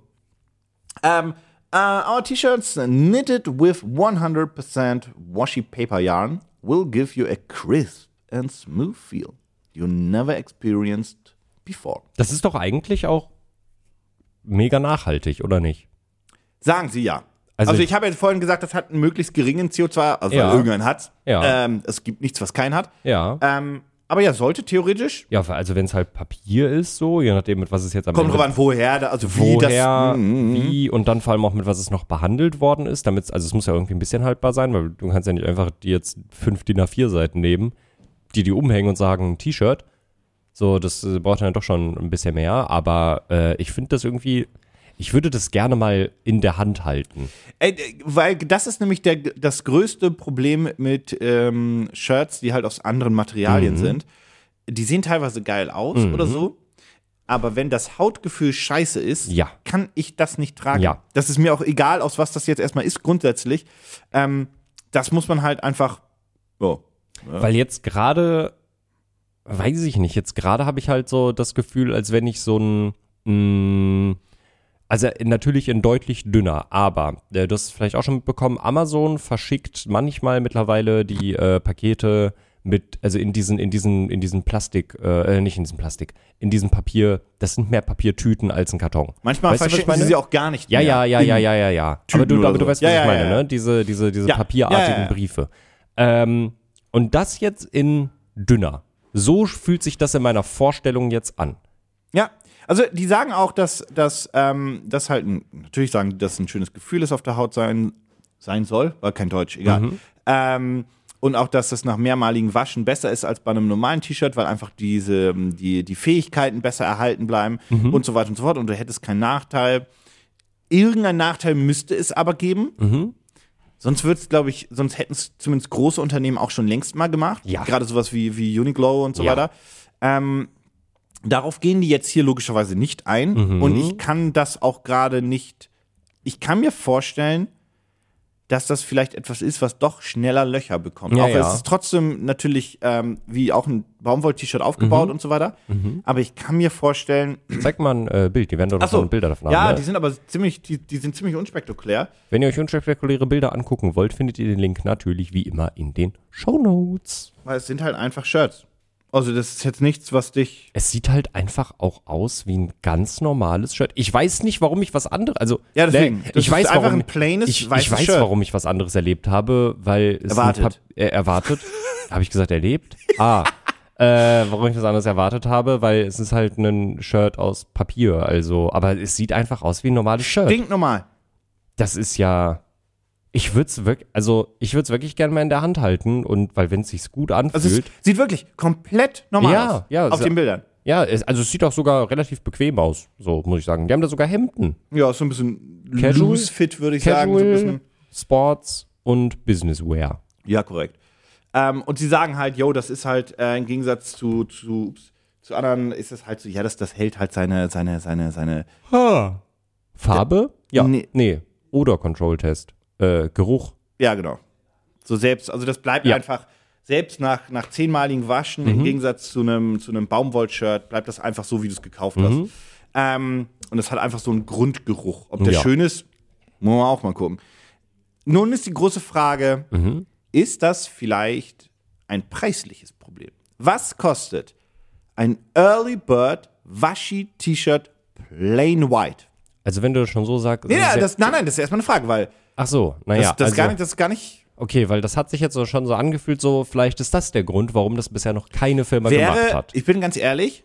B: Ähm, uh, our T-Shirts knitted with 100% washi paper yarn will give you a crisp and smooth feel you never experienced before.
C: das ist doch eigentlich auch mega nachhaltig, oder nicht?
B: Sagen Sie ja.
C: Also,
B: Also
C: ich,
B: ich habe jetzt vorhin gesagt, das hat einen möglichst geringen CO2, also
C: Ja.
B: weil irgendein hat.
C: Ja.
B: Ähm, es gibt nichts, was keinen hat.
C: ja.
B: Ähm, aber ja, sollte theoretisch.
C: Ja, also wenn es halt Papier ist, so, je nachdem, mit was es jetzt am
B: Kommt
C: Ende
B: drauf an, woher, da- also wie
C: woher,
B: das. Mhm,
C: wie und dann vor allem auch mit was es noch behandelt worden ist, damit also es muss ja irgendwie ein bisschen haltbar sein, weil du kannst ja nicht einfach die jetzt fünf DIN A4 Seiten nehmen, die die umhängen und sagen ein T-Shirt. So, das äh, braucht dann doch schon ein bisschen mehr, aber äh, ich finde das irgendwie ich würde das gerne mal in der Hand halten.
B: Ey, äh, weil das ist nämlich der, das größte Problem mit ähm, Shirts, die halt aus anderen Materialien
C: Mhm.
B: sind. Die sehen teilweise geil aus oder so. Aber wenn das Hautgefühl scheiße ist,
C: Ja.
B: kann ich das nicht tragen.
C: Ja.
B: Das ist mir auch egal, aus was das jetzt erstmal ist, grundsätzlich. Ähm, das muss man halt einfach. Oh.
C: Weil jetzt gerade, weiß ich nicht, jetzt gerade habe ich halt so das Gefühl, als wenn ich so ein, mh, also natürlich in deutlich dünner, aber äh, du hast es vielleicht auch schon mitbekommen, Amazon verschickt manchmal mittlerweile die äh, Pakete mit, also in diesen, in diesen, in diesen Plastik, äh, äh, nicht in diesem Plastik, in diesem Papier, das sind mehr Papiertüten als ein Karton.
B: Manchmal
C: Weißt du, was ich
B: verschicken sie
C: meine?
B: sie auch gar nicht.
C: Ja,
B: mehr
C: ja, ja,
B: in
C: ja, ja, ja, ja.
B: Tüten
C: aber du,
B: oder
C: aber du
B: so.
C: weißt,
B: Ja,
C: was
B: ja,
C: ich meine,
B: ja, ja.
C: ne? Diese, diese, diese
B: Ja.
C: papierartigen
B: Ja, ja, ja.
C: Briefe. Ähm, und das jetzt in dünner. So fühlt sich das in meiner Vorstellung jetzt an.
B: Ja, also die sagen auch, dass das ähm, dass halt, ein, natürlich sagen, die, dass es ein schönes Gefühl ist auf der Haut sein, sein soll, war kein Deutsch, egal.
C: Mhm.
B: Ähm, und auch, dass das nach mehrmaligem Waschen besser ist als bei einem normalen T-Shirt, weil einfach diese, ähm, die, die Fähigkeiten besser erhalten bleiben
C: Mhm.
B: und so weiter und so fort. Und du hättest keinen Nachteil. Irgendein Nachteil müsste es aber geben.
C: Mhm.
B: Sonst wird's, glaube ich, sonst hätten es zumindest große Unternehmen auch schon längst mal gemacht.
C: Ja.
B: Gerade sowas wie, wie Uniqlo und so
C: Ja.
B: weiter. Ähm, darauf gehen die jetzt hier logischerweise nicht ein.
C: Mhm.
B: Und ich kann das auch gerade nicht. Ich kann mir vorstellen, dass das vielleicht etwas ist, was doch schneller Löcher bekommt.
C: Ja,
B: auch wenn
C: ja.
B: es ist trotzdem natürlich ähm, wie auch ein Baumwoll-T-Shirt aufgebaut
C: Mhm.
B: und so weiter. Aber ich kann mir vorstellen.
C: Zeig mal ein äh, Bild, die werden doch noch
B: Achso,
C: so Bilder davon
B: ja,
C: haben.
B: die
C: Ne?
B: sind aber ziemlich, die, die sind ziemlich unspektakulär.
C: Wenn ihr euch unspektakuläre Bilder angucken wollt, findet ihr den Link natürlich wie immer in den Shownotes.
B: Weil es sind halt einfach Shirts. Also das ist jetzt nichts, was dich.
C: Es sieht halt einfach auch aus wie ein ganz normales Shirt. Ich weiß nicht, warum ich was anderes. Also,
B: Ja, deswegen.
C: ne,
B: Das
C: ich
B: ist
C: weiß,
B: einfach
C: warum,
B: ein plaines,
C: ich, ich
B: weißes
C: weiß,
B: Shirt.
C: warum ich was anderes erlebt habe, weil es ein
B: Erwartet.
C: Pap- äh, erwartet. habe ich gesagt, erlebt? Ah. Äh, warum ich was anderes erwartet habe, weil es ist halt ein Shirt aus Papier, also, aber es sieht einfach aus wie ein normales Shirt.
B: Ding normal.
C: Das ist ja. Ich würde es wirklich, also ich würde es wirklich gerne mal in der Hand halten und weil wenn es sich gut anfühlt.
B: Also es sieht wirklich komplett normal
C: Ja,
B: aus.
C: ja,
B: auf
C: so-
B: den Bildern.
C: ja, es, also es sieht auch sogar relativ bequem aus, so muss ich sagen. Die haben da sogar Hemden.
B: Ja, ist so ein bisschen
C: Casual?
B: loose fit, würde ich sagen. So ein
C: Casual,
B: bisschen.
C: Sports und Businesswear.
B: Ja, korrekt. Ähm, und sie sagen halt, yo, das ist halt äh, im Gegensatz zu, zu, ups, zu anderen, ist es halt so, ja, das, das hält halt seine, seine, seine, seine.
C: Farbe? Ja.
B: Nee.
C: Nee. Oder Control Test. Äh, Geruch.
B: Ja, genau. So selbst, also das bleibt
C: Ja. Mhm.
B: einfach, selbst nach, nach zehnmaligem Waschen, im Gegensatz zu einem, zu einem Baumwoll-Shirt, bleibt das einfach so, wie du es gekauft
C: Mhm.
B: hast. Ähm, und es hat einfach so einen Grundgeruch. Ob der
C: Ja.
B: schön ist, muss man auch mal gucken. Nun ist die große Frage,
C: Mhm.
B: ist das vielleicht ein preisliches Problem? Was kostet ein Early Bird Washi T-Shirt Plain White?
C: Also wenn du das schon so sagst.
B: Ja,
C: ist
B: das, nein, nein, das ist erstmal eine Frage, weil
C: Ach so,
B: das,
C: naja.
B: das,
C: also,
B: gar nicht, das ist gar nicht
C: okay, weil das hat sich jetzt so schon so angefühlt, so vielleicht ist das der Grund, warum das bisher noch keine Firma gemacht
B: wäre,
C: hat.
B: ich bin ganz ehrlich,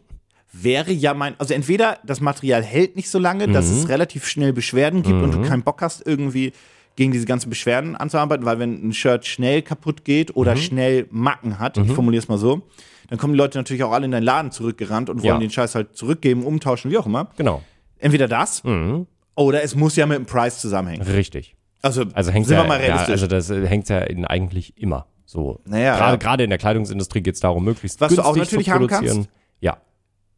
B: wäre ja mein, also entweder das Material hält nicht so lange, dass
C: Mhm.
B: es relativ schnell Beschwerden gibt und du keinen Bock hast, irgendwie gegen diese ganzen Beschwerden anzuarbeiten, weil wenn ein Shirt schnell kaputt geht
C: Mhm.
B: oder schnell Macken hat, ich formuliere es mal so, dann kommen die Leute natürlich auch alle in deinen Laden zurückgerannt und wollen
C: Ja.
B: den Scheiß halt zurückgeben, umtauschen, wie auch immer.
C: Genau,
B: Entweder das
C: Mhm.
B: oder es muss ja mit dem Preis zusammenhängen.
C: richtig.
B: Also,
C: Also hängt
B: sind
C: ja,
B: wir mal
C: ja,
B: realistisch.
C: also das äh, hängt ja in eigentlich immer so.
B: Naja,
C: gerade,
B: ja.
C: gerade in der Kleidungsindustrie geht es darum, möglichst
B: Was du
C: günstig
B: auch natürlich
C: zu
B: haben
C: produzieren.
B: kannst.
C: Ja,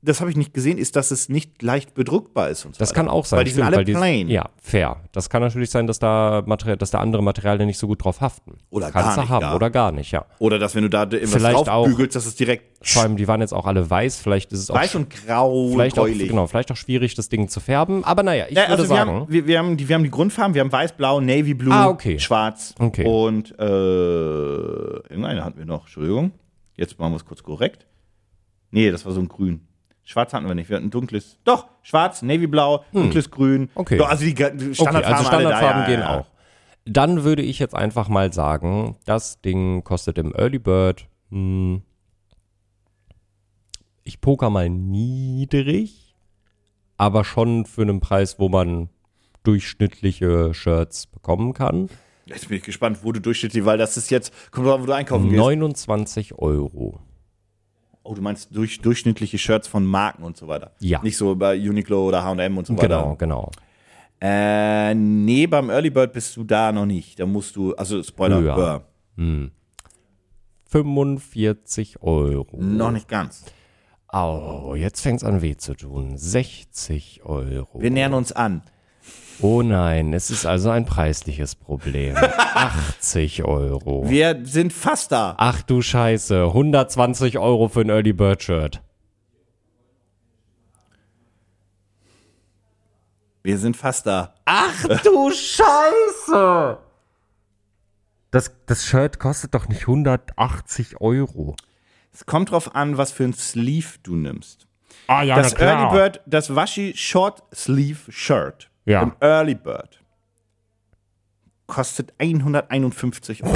B: das habe ich nicht gesehen, ist, dass es nicht leicht bedruckbar ist. Und so
C: das
B: weiter.
C: kann auch sein.
B: Weil die sind
C: stimmt,
B: alle plain.
C: Ja, fair. Das kann natürlich sein, dass da Materi dass da andere Materialien nicht so gut drauf haften.
B: Oder
C: Kannst
B: gar
C: du
B: nicht,
C: haben
B: ja.
C: oder gar nicht, ja.
B: Oder dass, wenn du da irgendwas
C: Vielleicht
B: draufbügelst, dass es direkt
C: Vor allem, die waren jetzt auch alle weiß. Vielleicht ist es auch,
B: weiß und grau
C: vielleicht
B: und
C: auch,
B: gräulich.
C: genau, vielleicht auch schwierig, das Ding zu färben. Aber naja, ich
B: Ja,
C: würde
B: also wir
C: sagen,
B: haben, wir, wir, haben die, wir haben die Grundfarben, wir haben weiß, blau, navy blue,
C: Ah, okay.
B: schwarz
C: Okay.
B: und äh, irgendeine hatten wir noch, Entschuldigung. Jetzt machen wir es kurz korrekt. Nee, das war so ein grün. Schwarz hatten wir nicht, wir hatten dunkles, doch, schwarz, navy blau, dunkles grün.
C: Okay.
B: Doch, also die Ga- die
C: Hm. okay,
B: Standardfarben,
C: also
B: alle da,
C: Standardfarben
B: ja,
C: gehen
B: ja, ja.
C: auch. Dann würde ich jetzt einfach mal sagen, das Ding kostet im Early Bird. Hm, ich poker mal niedrig, aber schon für einen Preis, wo man durchschnittliche Shirts bekommen kann.
B: Jetzt bin ich gespannt, wo du durchschnittlich, weil das ist jetzt, kommt drauf an, wo du einkaufen gehst.
C: 29 Euro.
B: Oh, du meinst durch, durchschnittliche Shirts von Marken und so weiter.
C: Ja.
B: Nicht so bei Uniqlo oder H&M und so weiter.
C: Genau, genau.
B: Äh, nee, beim Early Bird bist du da noch nicht. Da musst du, also Spoiler,
C: Höher.
B: äh,
C: 45 Euro.
B: noch nicht ganz.
C: Au, jetzt fängt's an weh zu tun. 60 Euro.
B: Wir nähern uns an.
C: Oh nein, es ist also ein preisliches Problem. 80 Euro.
B: Wir sind fast da.
C: Ach du Scheiße, 120 Euro für ein Early Bird Shirt.
B: Wir sind fast da.
C: Ach du Scheiße! Das, das Shirt kostet doch nicht 180 Euro.
B: Es kommt drauf an, was für ein Sleeve du nimmst.
C: Ah ja,
B: Das Early Bird, das Washi Short Sleeve Shirt
C: Ja.
B: im Early Bird kostet 151 Euro.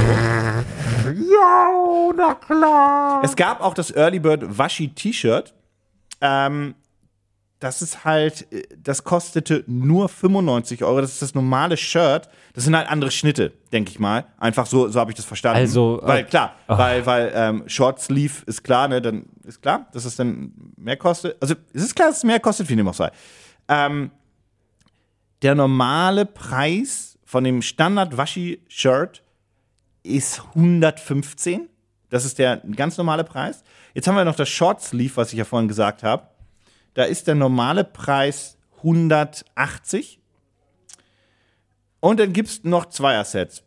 C: Ja, na klar.
B: Es gab auch das Early Bird Washi T-Shirt. Ähm, das ist halt, äh, das kostete nur 95 Euro. Das ist das normale Shirt. Das sind halt andere Schnitte, denke ich mal. Einfach so, so habe ich das verstanden.
C: Also, äh,
B: weil klar, weil weil ähm, Short Sleeve ist klar, ne? Dann ist klar, dass es dann mehr kostet. Also es ist klar, dass es mehr kostet, wie dem auch sei. Ähm, der normale Preis von dem Standard Washi Shirt ist 115. Das ist der ganz normale Preis. Jetzt haben wir noch das Short Sleeve, was ich ja vorhin gesagt habe. Da ist der normale Preis 180. Und dann gibt es noch Zweier-Sets.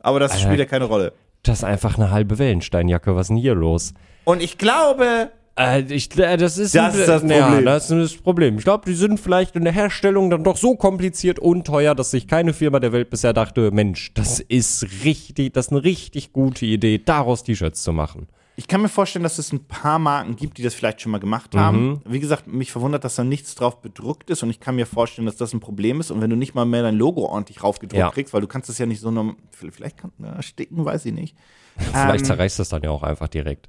B: Aber das spielt ja keine Rolle.
C: Das ist einfach eine halbe Wellensteinjacke. Was ist denn hier los?
B: Und ich glaube,
C: Äh, ich, äh, das ist
B: Das ist das Problem.
C: das ist das Problem. Ich glaube, die sind vielleicht in der Herstellung dann doch so kompliziert und teuer, dass sich keine Firma der Welt bisher dachte, Mensch, das ist richtig, das ist eine richtig gute Idee, daraus T-Shirts zu machen.
B: ich kann mir vorstellen, dass es ein paar Marken gibt, die das vielleicht schon mal gemacht
C: Mhm.
B: haben. Wie gesagt, mich verwundert, dass da nichts drauf bedruckt ist und ich kann mir vorstellen, dass das ein Problem ist. Und wenn du nicht mal mehr dein Logo ordentlich raufgedruckt
C: Ja.
B: kriegst, weil du kannst das ja nicht so norm- vielleicht kann, na, sticken, weiß ich nicht. Ähm.
C: Vielleicht zerreißt das dann ja auch einfach direkt.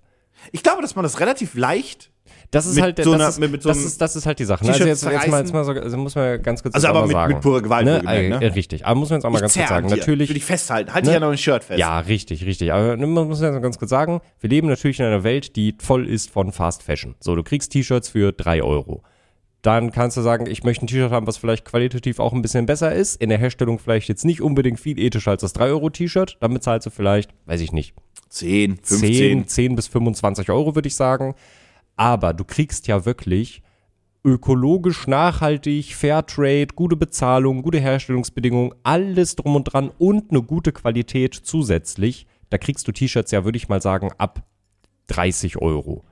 B: Ich glaube, dass man das relativ leicht
C: Das ist
B: mit
C: halt,
B: so
C: das,
B: einer-
C: ist,
B: mit- mit so
C: das,
B: einem
C: ist, das ist halt die Sache. ne? Also
B: T-Shirts
C: jetzt, jetzt mal, jetzt
B: zerreißen.
C: mal so, also muss man ganz kurz
B: Also
C: jetzt
B: aber
C: auch mal
B: mit-
C: sagen.
B: mit purer Gewalt,
C: Ne?
B: wohlgemerkt, ne?
C: Äh, Richtig. Aber muss man jetzt auch mal ganz kurz
B: zerren
C: sagen.
B: hier.
C: Natürlich.
B: Will ich festhalten. Halte
C: Ne?
B: ich ja noch ein Shirt fest.
C: Ja, richtig, richtig. Aber man muss ja ganz kurz sagen, wir leben natürlich in einer Welt, die voll ist von Fast Fashion. So, du kriegst T-Shirts für 3 Euro. Dann kannst du sagen, ich möchte ein T-Shirt haben, was vielleicht qualitativ auch ein bisschen besser ist. In der Herstellung vielleicht jetzt nicht unbedingt viel ethischer als das 3-Euro-T-Shirt. Dann bezahlst du vielleicht, weiß ich nicht,
B: 10,
C: 10, 10 bis 25 Euro, würde ich sagen. Aber du kriegst ja wirklich ökologisch nachhaltig, Fairtrade, gute Bezahlung, gute Herstellungsbedingungen, alles drum und dran und eine gute Qualität zusätzlich. Da kriegst du T-Shirts ja, würde ich mal sagen, ab 30 Euro.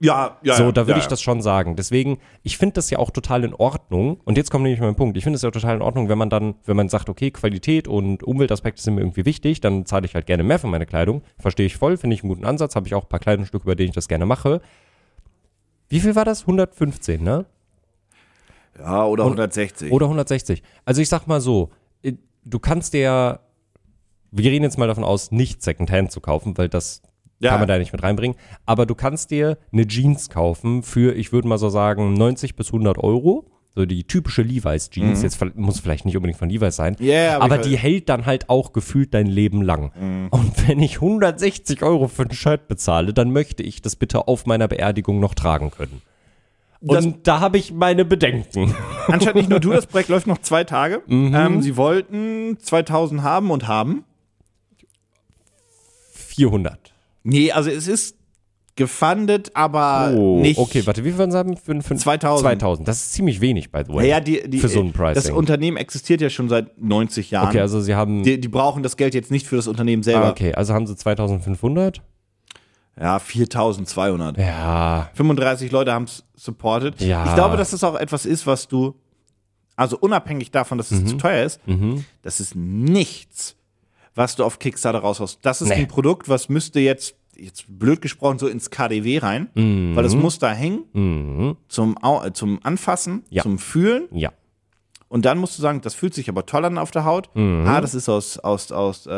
B: Ja, ja.
C: So, da würde
B: ja,
C: ich das schon sagen. Deswegen, ich finde das ja auch total in Ordnung. Und jetzt kommt nämlich mein Punkt. Ich finde es ja total in Ordnung, wenn man dann, wenn man sagt, okay, Qualität und Umweltaspekte sind mir irgendwie wichtig, dann zahle ich halt gerne mehr für meine Kleidung. Verstehe ich voll, finde ich einen guten Ansatz. Habe ich auch ein paar Kleidungsstücke, bei denen ich das gerne mache. Wie viel war das? 115, ne?
B: Ja, oder 160.
C: Oder 160. Also ich sag mal so, äh, du kannst dir ja, wir reden jetzt mal davon aus, nicht Secondhand zu kaufen, weil das
B: Ja.
C: kann man da nicht mit reinbringen. Aber du kannst dir eine Jeans kaufen für, ich würde mal so sagen, 90 bis 100 Euro. So die typische Levi's Jeans, jetzt ver- muss vielleicht nicht unbedingt von Levi's sein,
B: Mhm. Ja, aber
C: aber
B: ich- Mhm.
C: die hält dann halt auch gefühlt dein Leben lang. Und wenn ich 160 Euro für ein Shirt bezahle, dann möchte ich das bitte auf meiner Beerdigung noch tragen können. Und
B: Das-
C: da habe ich meine Bedenken.
B: Anscheinend nicht nur du, das Projekt läuft noch zwei Tage.
C: Mhm.
B: Ähm, sie wollten 2000 haben und haben.
C: 400.
B: Nee, also es ist gefundet, aber Äh, nicht.
C: Oh, Okay, warte, wie viel waren sie haben? Fünf- fünf-
B: 2000.
C: 2000. Das ist ziemlich wenig, by the way.
B: ja, die, die,
C: für so ein
B: Das
C: Pricing.
B: Unternehmen existiert ja schon seit 90 Jahren.
C: okay, also sie haben.
B: die, die brauchen das Geld jetzt nicht für das Unternehmen
C: ah,
B: selber.
C: okay, also haben sie 2500?
B: Ja, 4200.
C: Ja.
B: 35 Leute haben es supported.
C: Ja.
B: Ich glaube, dass das auch etwas ist, was du, also unabhängig davon, dass es
C: Mhm.
B: zu teuer ist, das ist nichts, was du auf Kickstarter raushaust. Das ist
C: Nee.
B: ein Produkt, was müsste jetzt, jetzt blöd gesprochen, so ins KDW rein, weil das muss da hängen
C: Mhm.
B: zum, Au- äh, zum Anfassen,
C: Ja.
B: zum Fühlen
C: Ja.
B: Und dann musst du sagen, das fühlt sich aber toll an auf der Haut.
C: Mhm.
B: Ah, das ist aus, aus, aus äh,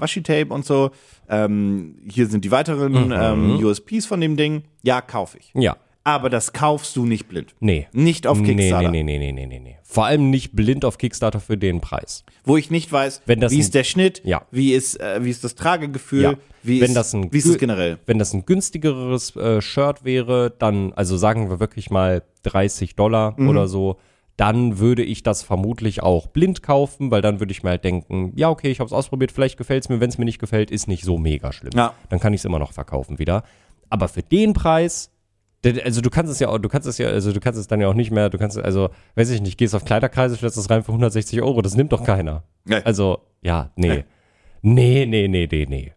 B: Washi-Tape und so. Ähm, hier sind die weiteren
C: Mhm.
B: ähm, USPs von dem Ding. Ja, kaufe ich.
C: Ja.
B: Aber das kaufst du nicht blind.
C: Nee.
B: Nicht auf Kickstarter.
C: Nee, nee, nee, nee, nee, nee, nee. Vor allem nicht blind auf Kickstarter für den Preis.
B: Wo ich nicht weiß,
C: Wenn das
B: wie
C: ein-
B: ist der Schnitt,
C: Ja.
B: wie, ist, äh, wie ist das Tragegefühl,
C: Ja.
B: wie,
C: Wenn
B: ist,
C: das ein
B: wie ist es
C: Gü-
B: generell.
C: Wenn das ein günstigeres äh, Shirt wäre, dann, also sagen wir wirklich mal 30 Dollar
B: Mhm.
C: oder so, dann würde ich das vermutlich auch blind kaufen, weil dann würde ich mir halt denken, ja, okay, ich habe es ausprobiert, vielleicht gefällt es mir, wenn es mir nicht gefällt, ist nicht so mega schlimm.
B: Ja.
C: Dann kann ich es immer noch verkaufen wieder. Aber für den Preis, d- also du kannst es ja auch, du kannst es ja, also du kannst es dann ja auch nicht mehr, du kannst, also, weiß ich nicht, gehst auf Kleiderkreise, stellst das rein für 160 Euro, das nimmt doch keiner.
B: Nee.
C: Also, ja, nee. Nee, nee, nee, nee, nee.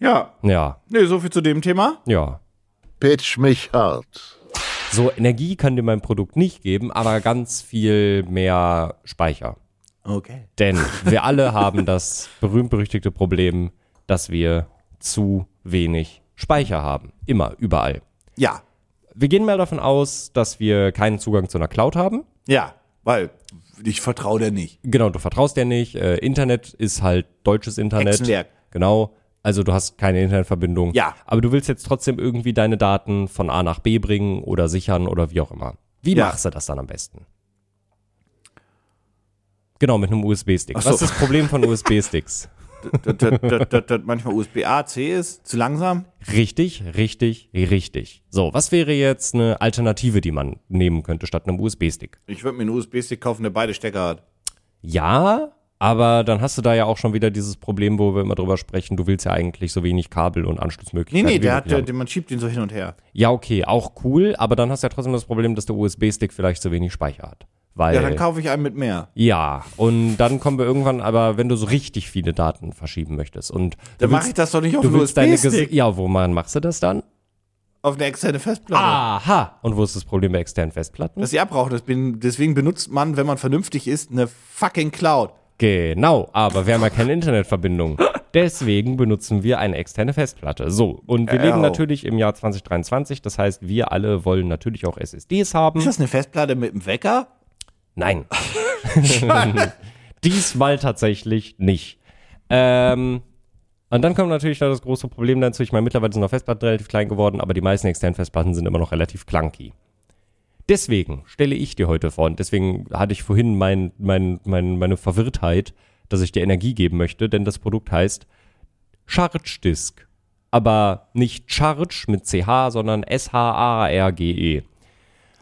B: Ja,
C: Ja,
B: nee, so viel zu dem Thema.
C: ja.
A: Pitch mich hart.
C: So, Energie kann dir mein Produkt nicht geben, aber ganz viel mehr Speicher.
B: Okay.
C: Denn wir alle haben das berühmt-berüchtigte Problem, dass wir zu wenig Speicher haben. Immer, überall.
B: Ja,
C: Wir gehen mal davon aus, dass wir keinen Zugang zu einer Cloud haben.
B: ja, weil ich vertraue dir nicht.
C: Genau, du vertraust dir nicht. Äh, Internet ist halt deutsches Internet.
B: Hexenwerk.
C: Genau. Also du hast keine Internetverbindung.
B: Ja.
C: Aber du willst jetzt trotzdem irgendwie deine Daten von A nach B bringen oder sichern oder wie auch immer. Wie
B: Ja.
C: machst du das dann am besten? Genau, mit einem USB-Stick.
B: so.
C: Was ist das Problem von USB-Sticks?
B: dass, dass, dass, dass, dass manchmal USB-A, C ist, zu langsam.
C: Richtig, richtig, richtig. So, was wäre jetzt eine Alternative, die man nehmen könnte statt einem USB-Stick?
B: Ich würde mir einen USB-Stick kaufen, der beide Stecker hat.
C: Ja, aber dann hast du da ja auch schon wieder dieses Problem, wo wir immer drüber sprechen, du willst ja eigentlich so wenig Kabel und
B: Nee,
C: Anschlussmöglichkeiten.
B: nee,
C: wie
B: der hat,
C: möglich
B: der,
C: haben.
B: der, man schiebt ihn so hin und her.
C: Ja, okay, auch cool, aber dann hast du ja trotzdem das Problem, dass der USB-Stick vielleicht zu wenig Speicher hat. Weil,
B: Ja, dann kaufe ich einen mit mehr.
C: ja, und dann kommen wir irgendwann, aber wenn du so richtig viele Daten verschieben möchtest und
B: Dann mache
C: du willst,
B: ich das doch nicht auf
C: du
B: einen
C: willst deine Ges-
B: USB-Stick.
C: Ja, woran machst du das dann?
B: Auf eine externe Festplatte.
C: Ah, Aha! Und wo ist das Problem bei externen Festplatten?
B: Dass sie abrauchen. Das bin, deswegen benutzt man, wenn man vernünftig ist, eine fucking Cloud.
C: Genau, aber wir haben ja keine Internetverbindung. Deswegen benutzen wir eine externe Festplatte. So, und wir leben
B: Au.
C: natürlich im Jahr 2023, das heißt, wir alle wollen natürlich auch SSDs haben.
B: Ist das eine Festplatte mit einem Wecker?
C: Nein. Diesmal tatsächlich nicht. Ähm, und dann kommt natürlich noch das große Problem dazu. Ich meine, mittlerweile sind auch Festplatten relativ klein geworden, aber die meisten externen Festplatten sind immer noch relativ clunky. Deswegen stelle ich dir heute vor, und deswegen hatte ich vorhin mein, mein, mein, meine Verwirrtheit, dass ich dir Energie geben möchte, denn das Produkt heißt Charge Disk. Aber nicht Charge mit CH, sondern S-H-A-R-G-E.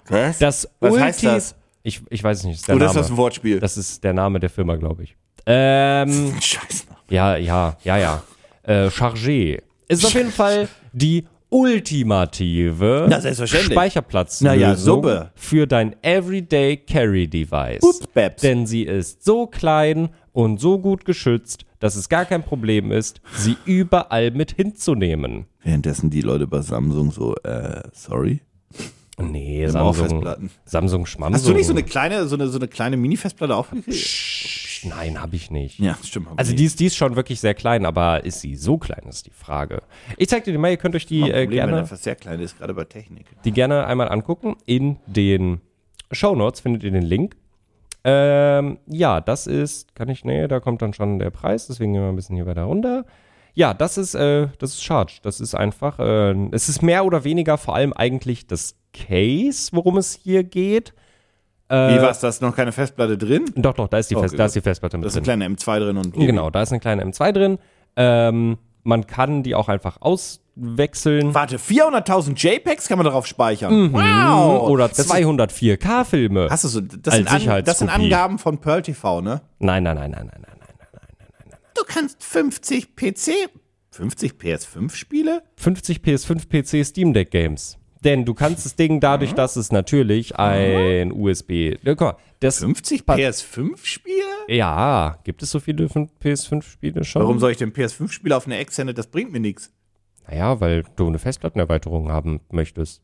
B: Was?
C: E. Das
B: Was
C: Ulti
B: heißt das?
C: Ich, ich weiß nicht, ist der
B: Oder ist
C: Name.
B: das ein Wortspiel?
C: Das ist der Name der Firma, glaube ich. Ähm,
B: Scheiße.
C: ja, ja, ja, ja. Äh, Chargé. Ist auf jeden Fall die ultimative
B: Na, selbstverständlich.
C: Speicherplatzlösung
B: Na ja, Suppe.
C: für dein Everyday Carry Device.
B: Ups, Babs.
C: Denn sie ist so klein und so gut geschützt, dass es gar kein Problem ist, sie überall mit hinzunehmen.
B: Währenddessen die Leute bei Samsung so, äh, sorry.
C: Nee,
B: brauchen
C: Samsung.
B: Festplatten.
C: Samsung Schmamsung.
B: Hast du nicht so eine kleine, so eine, so eine kleine Mini-Festplatte aufgekriegt?
C: Psch, Nein, habe ich nicht.
B: Ja, stimmt. haben wir
C: Also
B: nicht.
C: die ist, die ist schon wirklich sehr klein, aber ist sie so klein, ist die Frage. Ich zeig dir die mal, ihr könnt euch die,
B: Problem,
C: äh,
B: wenn
C: gerne,
B: etwas sehr klein ist, gerade bei Technik.
C: die gerne einmal angucken. In den Shownotes findet ihr den Link. Ähm, ja, das ist, kann ich, nee, da kommt dann schon der Preis, deswegen gehen wir ein bisschen hier weiter runter. Ja, das ist, äh, das ist Charge. Das ist einfach, äh, es ist mehr oder weniger vor allem eigentlich das Case, worum es hier geht. Äh,
B: Wie war es, da ist noch keine Festplatte drin?
C: Doch, doch, da ist die,
B: Oh, Okay,
C: Fest, da
B: gut.
C: ist die Festplatte mit
B: Da ist
C: drin.
B: eine kleine M2 drin und
C: Genau, da ist eine kleine M2 drin. Ähm, man kann die auch einfach auswechseln.
B: Warte, 400.000 JPEGs kann man darauf speichern. Wow!
C: Mhm. Oder
B: Das ist-
C: 204K-Filme.
B: Hast du so, das sind,
C: Als
B: An, das sind
C: Sicherheitskopie.
B: Angaben von Pearl TV, ne?
C: Nein, nein, nein, nein, nein, nein, nein, nein, nein, nein, nein.
B: Du kannst 50 PC, 50 PS5 Spiele?
C: 50 PS5 PC Steam Deck Games. Denn du kannst das Ding
B: Mhm.
C: dadurch, dass es natürlich ein USB. Ja, guck mal, das,
B: 50 PS5 Spiele?
C: ja, gibt es so viele PS5-Spiele schon?
B: Warum soll ich denn PS5 Spiele auf eine externe, das bringt mir nichts.
C: Naja, weil du eine Festplattenerweiterung haben möchtest.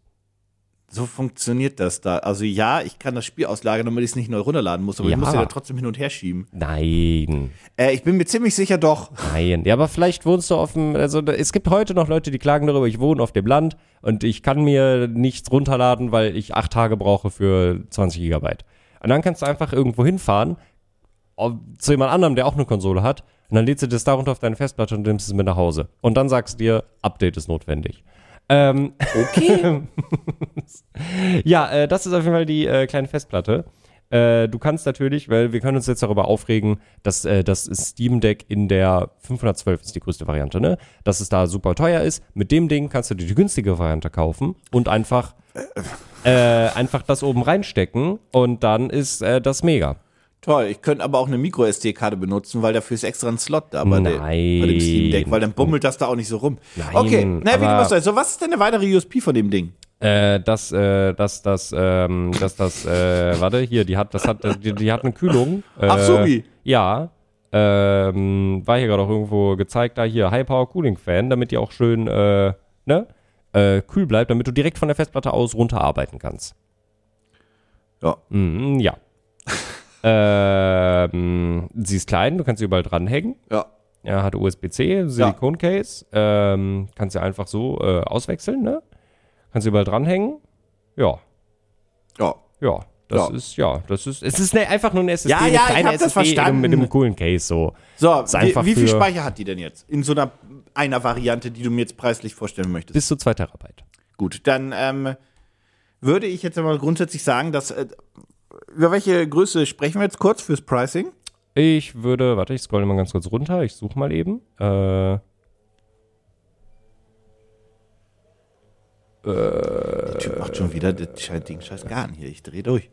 B: So funktioniert das da. Also ja, ich kann das Spiel auslagern, damit ich es nicht neu runterladen muss, aber
C: Ja.
B: ich muss ja da trotzdem hin und her schieben.
C: Nein.
B: Äh, ich bin mir ziemlich sicher doch.
C: Nein, ja, aber vielleicht wohnst du auf dem, also da- es gibt heute noch Leute, die klagen darüber, ich wohne auf dem Land und ich kann mir nichts runterladen, weil ich acht Tage brauche für 20 Gigabyte. Und dann kannst du einfach irgendwo hinfahren auf- zu jemand anderem, der auch eine Konsole hat. Und dann lädst du das darunter auf deine Festplatte und nimmst es mit nach Hause. Und dann sagst du dir, Update ist notwendig. Ähm, okay. ja, äh, das ist auf jeden Fall die äh, kleine Festplatte. Äh, du kannst natürlich, weil wir können uns jetzt darüber aufregen, dass äh, das Steam Deck in der 512 ist die größte Variante, ne? Dass es da super teuer ist. Mit dem Ding kannst du dir die günstige Variante kaufen und einfach, äh, einfach das oben reinstecken und dann ist äh, das mega.
B: Toll, ich könnte aber auch eine Micro-SD-Karte benutzen, weil dafür ist extra ein Slot da bei, der-
C: Nein.
B: bei dem Steam Deck, weil dann bummelt das da auch nicht so rum.
C: Nein,
B: okay, na, wie
C: aber-
B: du machst das? So, was ist denn der weitere USP von dem Ding?
C: Äh, dass, äh, dass, das, ähm, dass das, äh, warte, hier, die hat, das hat, das, die, die hat eine Kühlung. Äh,
B: Ach so, wie?
C: Ja. Ähm, war hier gerade auch irgendwo gezeigt, da hier, High Power Cooling Fan, damit die auch schön, äh, ne, äh, kühl bleibt, damit du direkt von der Festplatte aus runterarbeiten kannst.
B: Ja.
C: Mhm, ja. ähm, sie ist klein, du kannst sie überall dranhängen.
B: Ja.
C: Ja, hat USB-C, Silikoncase. Ähm, kannst du einfach so äh, auswechseln, ne? Kannst du überall dranhängen. Ja,
B: Ja.
C: ja. Das
B: Ja.
C: ist, ja, das ist, es ist ne, einfach nur eine SSD,
B: Ja,
C: eine
B: ja, ich
C: kleine
B: hab das
C: SSD in einem- mit
B: verstanden.
C: einem coolen Case, so.
B: So,
C: Ist
B: wie,
C: einfach
B: wie viel
C: für-
B: Speicher hat die denn jetzt? In so einer einer Variante, die du mir jetzt preislich vorstellen möchtest.
C: Bis zu 2 Terabyte.
B: Gut, dann ähm, würde ich jetzt mal grundsätzlich sagen, dass äh, über welche Größe sprechen wir jetzt kurz fürs Pricing?
C: Ich würde, warte, ich scrolle mal ganz kurz runter, ich suche mal eben. Äh,
B: Der Typ macht schon wieder das Scheiß- Ding scheiß Garn hier. Ich drehe durch.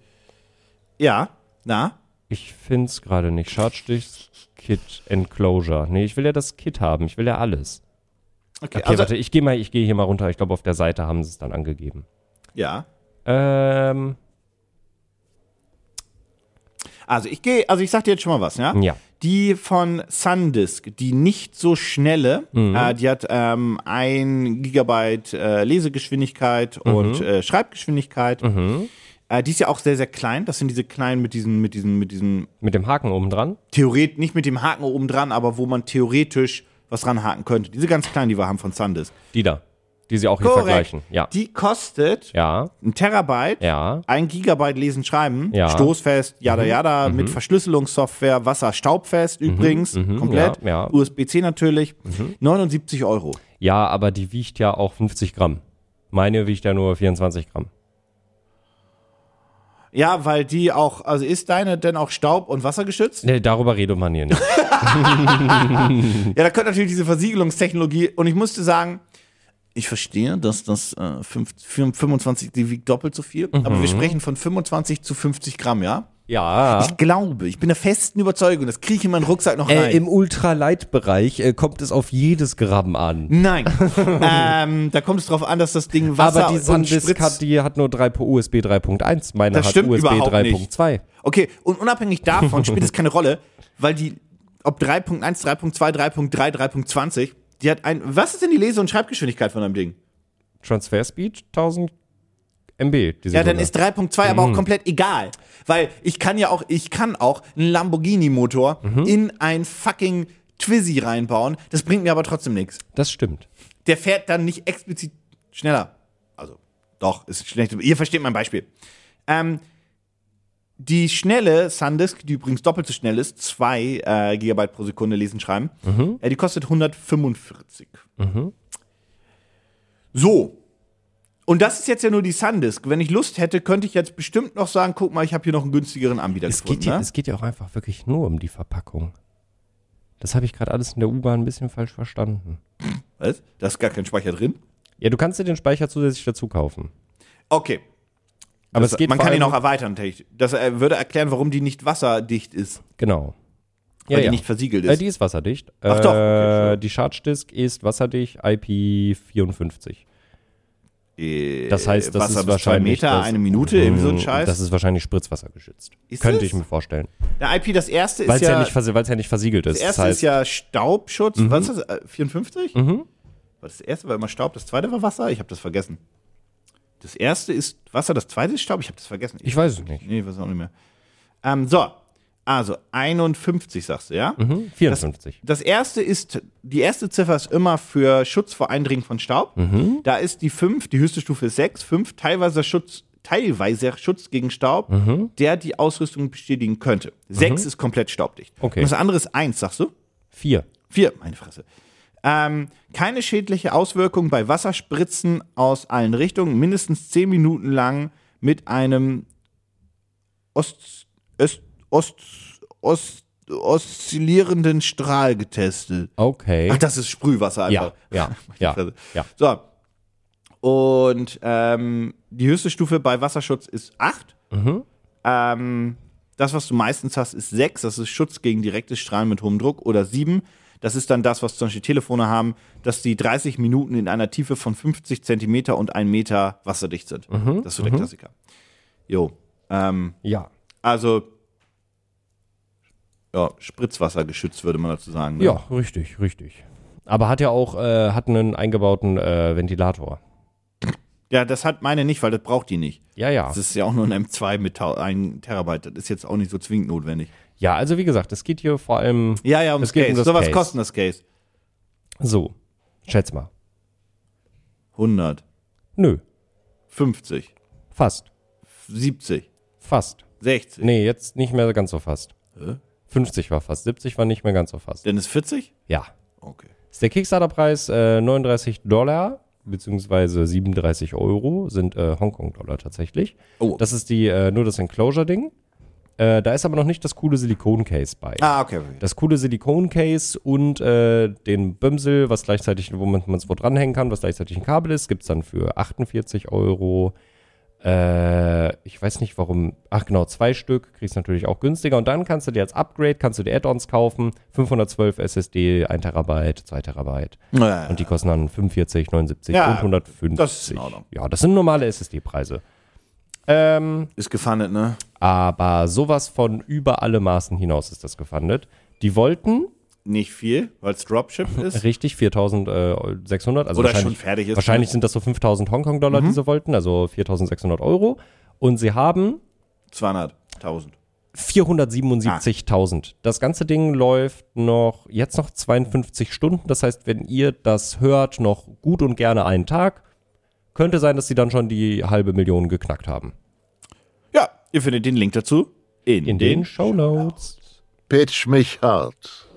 B: Ja, na?
C: ich find's gerade nicht. Schadstich, Kit, Enclosure. Nee, ich will ja das Kit haben, ich will ja alles.
B: Okay,
C: Okay,
B: also,
C: warte, ich gehe mal, ich gehe hier mal runter. Ich glaube, auf der Seite haben sie es dann angegeben.
B: ja.
C: Ähm,
B: Also ich gehe, also ich sag dir jetzt schon mal was, ja?
C: Ja.
B: Die von Sandisk, die nicht so schnelle, äh, die hat ähm, ein Gigabyte äh, Lesegeschwindigkeit und äh, Schreibgeschwindigkeit.
C: Mhm. hm,
B: Äh, die ist ja auch sehr, sehr klein. Das sind diese kleinen mit diesen, mit diesen, mit diesen
C: mit dem Haken oben dran.
B: theoretisch, nicht mit dem Haken oben dran, aber wo man theoretisch was ranhaken könnte. Diese ganz kleinen, die wir haben von Sandisk.
C: Die da. Die sie auch hier vergleichen. Ja.
B: Die kostet
C: Ja.
B: ein Terabyte,
C: Ja.
B: ein Gigabyte lesen, schreiben,
C: Ja. Mhm.
B: stoßfest, yada yada, mit Verschlüsselungssoftware, wasserstaubfest übrigens, komplett,
C: Mhm. ja, Mhm. ja.
B: USB-C natürlich, 79 Euro.
C: Ja, aber die wiegt ja auch 50 Gramm. Meine wiegt ja nur 24 Gramm.
B: Ja, weil die auch, also ist deine denn auch Staub- und Wassergeschützt?
C: Nee, darüber redet man hier nicht. Mhm.
B: Ja, da kommt natürlich diese Versiegelungstechnologie und ich musste sagen, ich verstehe, dass das äh, fünf, fün- 25, die wiegt doppelt so viel, aber
C: Mhm.
B: wir sprechen von 25 zu 50 Gramm, ja?
C: ja.
B: Ich glaube, ich bin der festen Überzeugung, das kriege ich in meinen Rucksack noch rein.
C: Äh, Im Ultralight-Bereich äh, kommt es auf jedes Gramm an.
B: Nein. ähm, da kommt es drauf an, dass das Ding Wasser
C: aber die
B: und
C: Sandisk
B: Spritz-
C: hat, die hat nur 3 pro USB 3.1. Meine
B: Das
C: hat
B: stimmt
C: USB
B: überhaupt nicht.
C: 3.2.
B: Okay, und unabhängig davon spielt es keine Rolle, weil die, ob 3.1, 3.2, 3.3, 3.20, die hat ein. Was ist denn die Lese- und Schreibgeschwindigkeit von einem Ding?
C: Transfer Speed 1000 MB. die
B: Ja, dann
C: Sekunde.
B: ist 3.2 aber
C: Mhm.
B: auch komplett egal. Weil ich kann ja auch, ich kann auch einen Lamborghini-Motor
C: Mhm.
B: in ein fucking Twizy reinbauen. Das bringt mir aber trotzdem nichts.
C: das stimmt.
B: Der fährt dann nicht explizit schneller. Also, doch, ist schlecht. Ihr versteht mein Beispiel. Ähm, die schnelle Sandisk, die übrigens doppelt so schnell ist, 2 äh, Gigabyte pro Sekunde lesen, schreiben,
C: Mhm.
B: äh, die kostet 145. So. Und das ist jetzt ja nur die Sandisk. Wenn ich Lust hätte, könnte ich jetzt bestimmt noch sagen, guck mal, ich habe hier noch einen günstigeren Anbieter
C: Es
B: gefunden.
C: geht, ja,
B: ne?
C: es geht ja auch einfach wirklich nur um die Verpackung. Das habe ich gerade alles in der U-Bahn ein bisschen falsch verstanden.
B: Was? Da ist gar kein Speicher drin?
C: Ja, du kannst dir den Speicher zusätzlich dazu kaufen.
B: Okay.
C: Aber
B: Das,
C: es geht
B: man
C: vor
B: kann ihn
C: allem-
B: auch erweitern, technisch. Das äh, würde erklären, warum die nicht wasserdicht ist.
C: Genau.
B: weil die nicht versiegelt
C: Äh,
B: ist.
C: die ist wasserdicht.
B: Ach doch, okay,
C: Äh,
B: schön.
C: die Charge Disk ist wasserdicht IP54.
B: Äh,
C: Das heißt, das
B: Wasser
C: ist
B: bis
C: wahrscheinlich
B: zwei Meter,
C: das- Mm,
B: eine Minute, irgendwie so ein Scheiß.
C: Das ist wahrscheinlich Spritzwassergeschützt.
B: Ist
C: Könnte
B: es?
C: ich mir vorstellen.
B: der IP, das erste
C: Weil
B: ist
C: es ja,
B: ja,
C: nicht versie- weil es ja nicht versiegelt ist.
B: das erste
C: das heißt, Mhm.
B: ist ja Staubschutz. Was ist das? Äh, 54? Mhm. Das erste war immer Staub, das zweite war Wasser. Ich habe das vergessen. Das erste ist Wasser, das zweite ist Staub. Ich habe das vergessen.
C: ich weiß es nicht.
B: nee, ich weiß auch nicht mehr. Ähm, so, also 51 sagst du, ja?
C: Hm? 54.
B: Das erste ist, die erste Ziffer ist immer für Schutz vor Eindringen von Staub. Da ist die 5, die höchste Stufe ist 6, 5, teilweise Schutz teilweise Schutz gegen Staub, der die Ausrüstung bestätigen könnte. Sechs ist komplett staubdicht.
C: Okay.
B: Und das andere ist eins, sagst du?
C: Vier.
B: Vier, meine Fresse. Ähm, keine schädliche Auswirkung bei Wasserspritzen aus allen Richtungen, mindestens zehn Minuten lang mit einem Ost, Öst, Ost, Ost, oszillierenden Strahl getestet.
C: Okay.
B: Ach, das ist Sprühwasser einfach.
C: ja, ja, ja,
B: Fresse.
C: ja.
B: So. Und ähm, die höchste Stufe bei Wasserschutz ist 8. Ähm, das, was du meistens hast, ist 6. Das ist Schutz gegen direktes Strahlen mit hohem Druck. Oder 7. Das ist dann das, was zum Beispiel Telefone haben, dass die 30 Minuten in einer Tiefe von 50 Zentimeter und 1 Meter wasserdicht sind. Das ist so der Klassiker. Jo. Ähm,
C: Ja.
B: also, ja, Spritzwasser geschützt, würde man dazu sagen. Ne?
C: Ja, richtig, richtig. Aber hat ja auch, äh, hat einen eingebauten äh, Ventilator.
B: ja, das hat meine nicht, weil das braucht die nicht.
C: Ja, ja.
B: Das ist ja auch nur ein M2 mit 1 Terabyte. Das ist jetzt auch nicht so zwingend notwendig.
C: Ja, also wie gesagt, es geht hier vor allem
B: Ja, ja, ums
C: Es geht um
B: Case.
C: das
B: so was
C: Case.
B: kostet das Case?
C: so. Schätz mal.
B: 100,
C: Nö.
B: 50,
C: Fast.
B: 70,
C: Fast.
B: 60.
C: Nee, jetzt nicht mehr ganz so fast. 50 war fast. 70 war nicht mehr ganz so fast.
B: Dann ist 40?
C: Ja.
B: Okay.
C: Ist der Kickstarter-Preis äh, 39 Dollar beziehungsweise 37 Euro sind äh, Hongkong-Dollar tatsächlich.
B: Oh.
C: Das ist die äh, nur das Enclosure-Ding. Äh, da ist aber noch nicht das coole Silikon-Case bei.
B: Ah, okay. okay.
C: Das coole Silikon-Case und äh, den Bimsel, was gleichzeitig, wo man es wo dranhängen kann, was gleichzeitig ein Kabel ist, gibt es dann für 48 Euro. Äh, ich weiß nicht warum. Ach genau, zwei Stück kriegst du natürlich auch günstiger. Und dann kannst du dir als Upgrade, kannst du dir Add-ons kaufen. 512 SSD, 1 Terabyte, 2 Terabyte.
B: Naja.
C: Und die kosten dann 45, 79
B: Ja,
C: und 150.
B: das ist in Ordnung.
C: Ja, das sind normale SSD-Preise. Ähm,
B: Ist gefundet, ne?
C: aber sowas von über alle Maßen hinaus ist das gefundet. Die wollten
B: Nicht viel, weil es Dropship ist.
C: richtig 4600, also
B: Oder
C: wahrscheinlich,
B: schon Mhm. fertig ist,
C: wahrscheinlich sind das so 5000 Hongkong-Dollar, die sie wollten, also 4600 Euro. Und sie haben
B: 200.000.
C: 477.000. Das ganze Ding läuft noch, jetzt noch 52 Stunden. Das heißt, wenn ihr das hört, noch gut und gerne einen Tag. Könnte sein, dass sie dann schon die halbe Million geknackt haben.
B: Ja, ihr findet den Link dazu in,
C: In den Show Notes.
A: Pitch mich hart.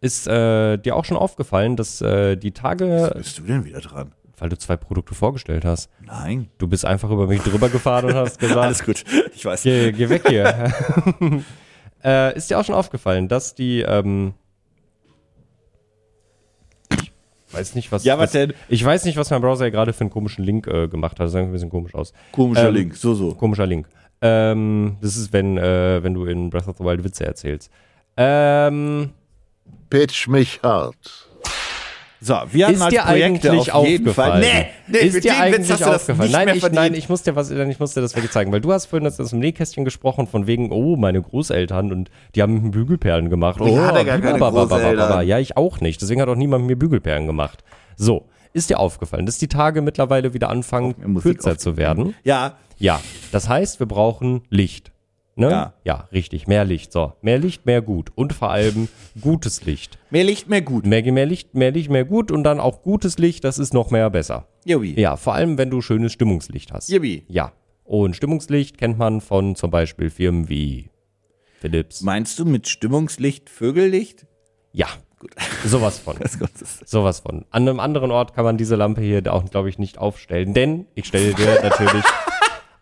C: Ist äh, dir auch schon aufgefallen, dass äh, die Tage
B: Bist du denn wieder dran?
C: Weil du zwei Produkte vorgestellt hast.
B: Nein.
C: Du bist einfach über mich drüber gefahren und hast gesagt,
B: Alles gut. Ich weiß.
C: geh, geh weg hier. äh, ist dir auch schon aufgefallen, dass die, ähm, ich weiß nicht, was,
B: Ja, was
C: was
B: denn?
C: ich weiß nicht, was mein Browser hier gerade für einen komischen Link äh, gemacht hat. Das sah ein bisschen komisch aus.
B: Komischer
C: Ähm,
B: Link. So, so.
C: Komischer Link. Ähm, das ist, wenn, äh, wenn du in Breath of the Wild Witze erzählst. Ähm,
A: Pitch mich hart.
B: So, wir
C: ist dir eigentlich aufgefallen?
B: Nee, nee,
C: ist
B: den
C: dir
B: Witz
C: eigentlich
B: hast du das
C: aufgefallen?
B: nicht
C: Nein
B: mehr
C: ich,
B: verdient.
C: nein, ich muss dir was, nein, ich muss dir das wirklich zeigen, weil du hast vorhin das aus dem Nähkästchen gesprochen von wegen, oh, meine Großeltern und die haben mit mir Bügelperlen gemacht. Oh,
B: hatte gar keine
C: blablabla.
B: Großeltern.
C: Ja, ich auch nicht. Deswegen hat auch niemand mit mir Bügelperlen gemacht. So, ist dir aufgefallen, dass die Tage mittlerweile wieder anfangen,
B: mir Musik
C: kürzer zu werden?
B: Ja,
C: Ja, das heißt, wir brauchen Licht. Ne?
B: Ja.
C: ja, richtig. Mehr Licht. So, mehr Licht, mehr gut. Und vor allem gutes Licht.
B: mehr Licht, mehr gut.
C: Mehr, mehr Licht, mehr Licht, mehr gut und dann auch gutes Licht, das ist noch mehr besser.
B: Jobi.
C: Ja, vor allem, wenn du schönes Stimmungslicht hast.
B: Yippie.
C: Ja. Und Stimmungslicht kennt man von zum Beispiel Firmen wie Philips.
B: Meinst du mit Stimmungslicht Vögellicht?
C: Ja. Sowas von. Sowas von. An einem anderen Ort kann man diese Lampe hier auch, glaube ich, nicht aufstellen, denn ich stelle dir natürlich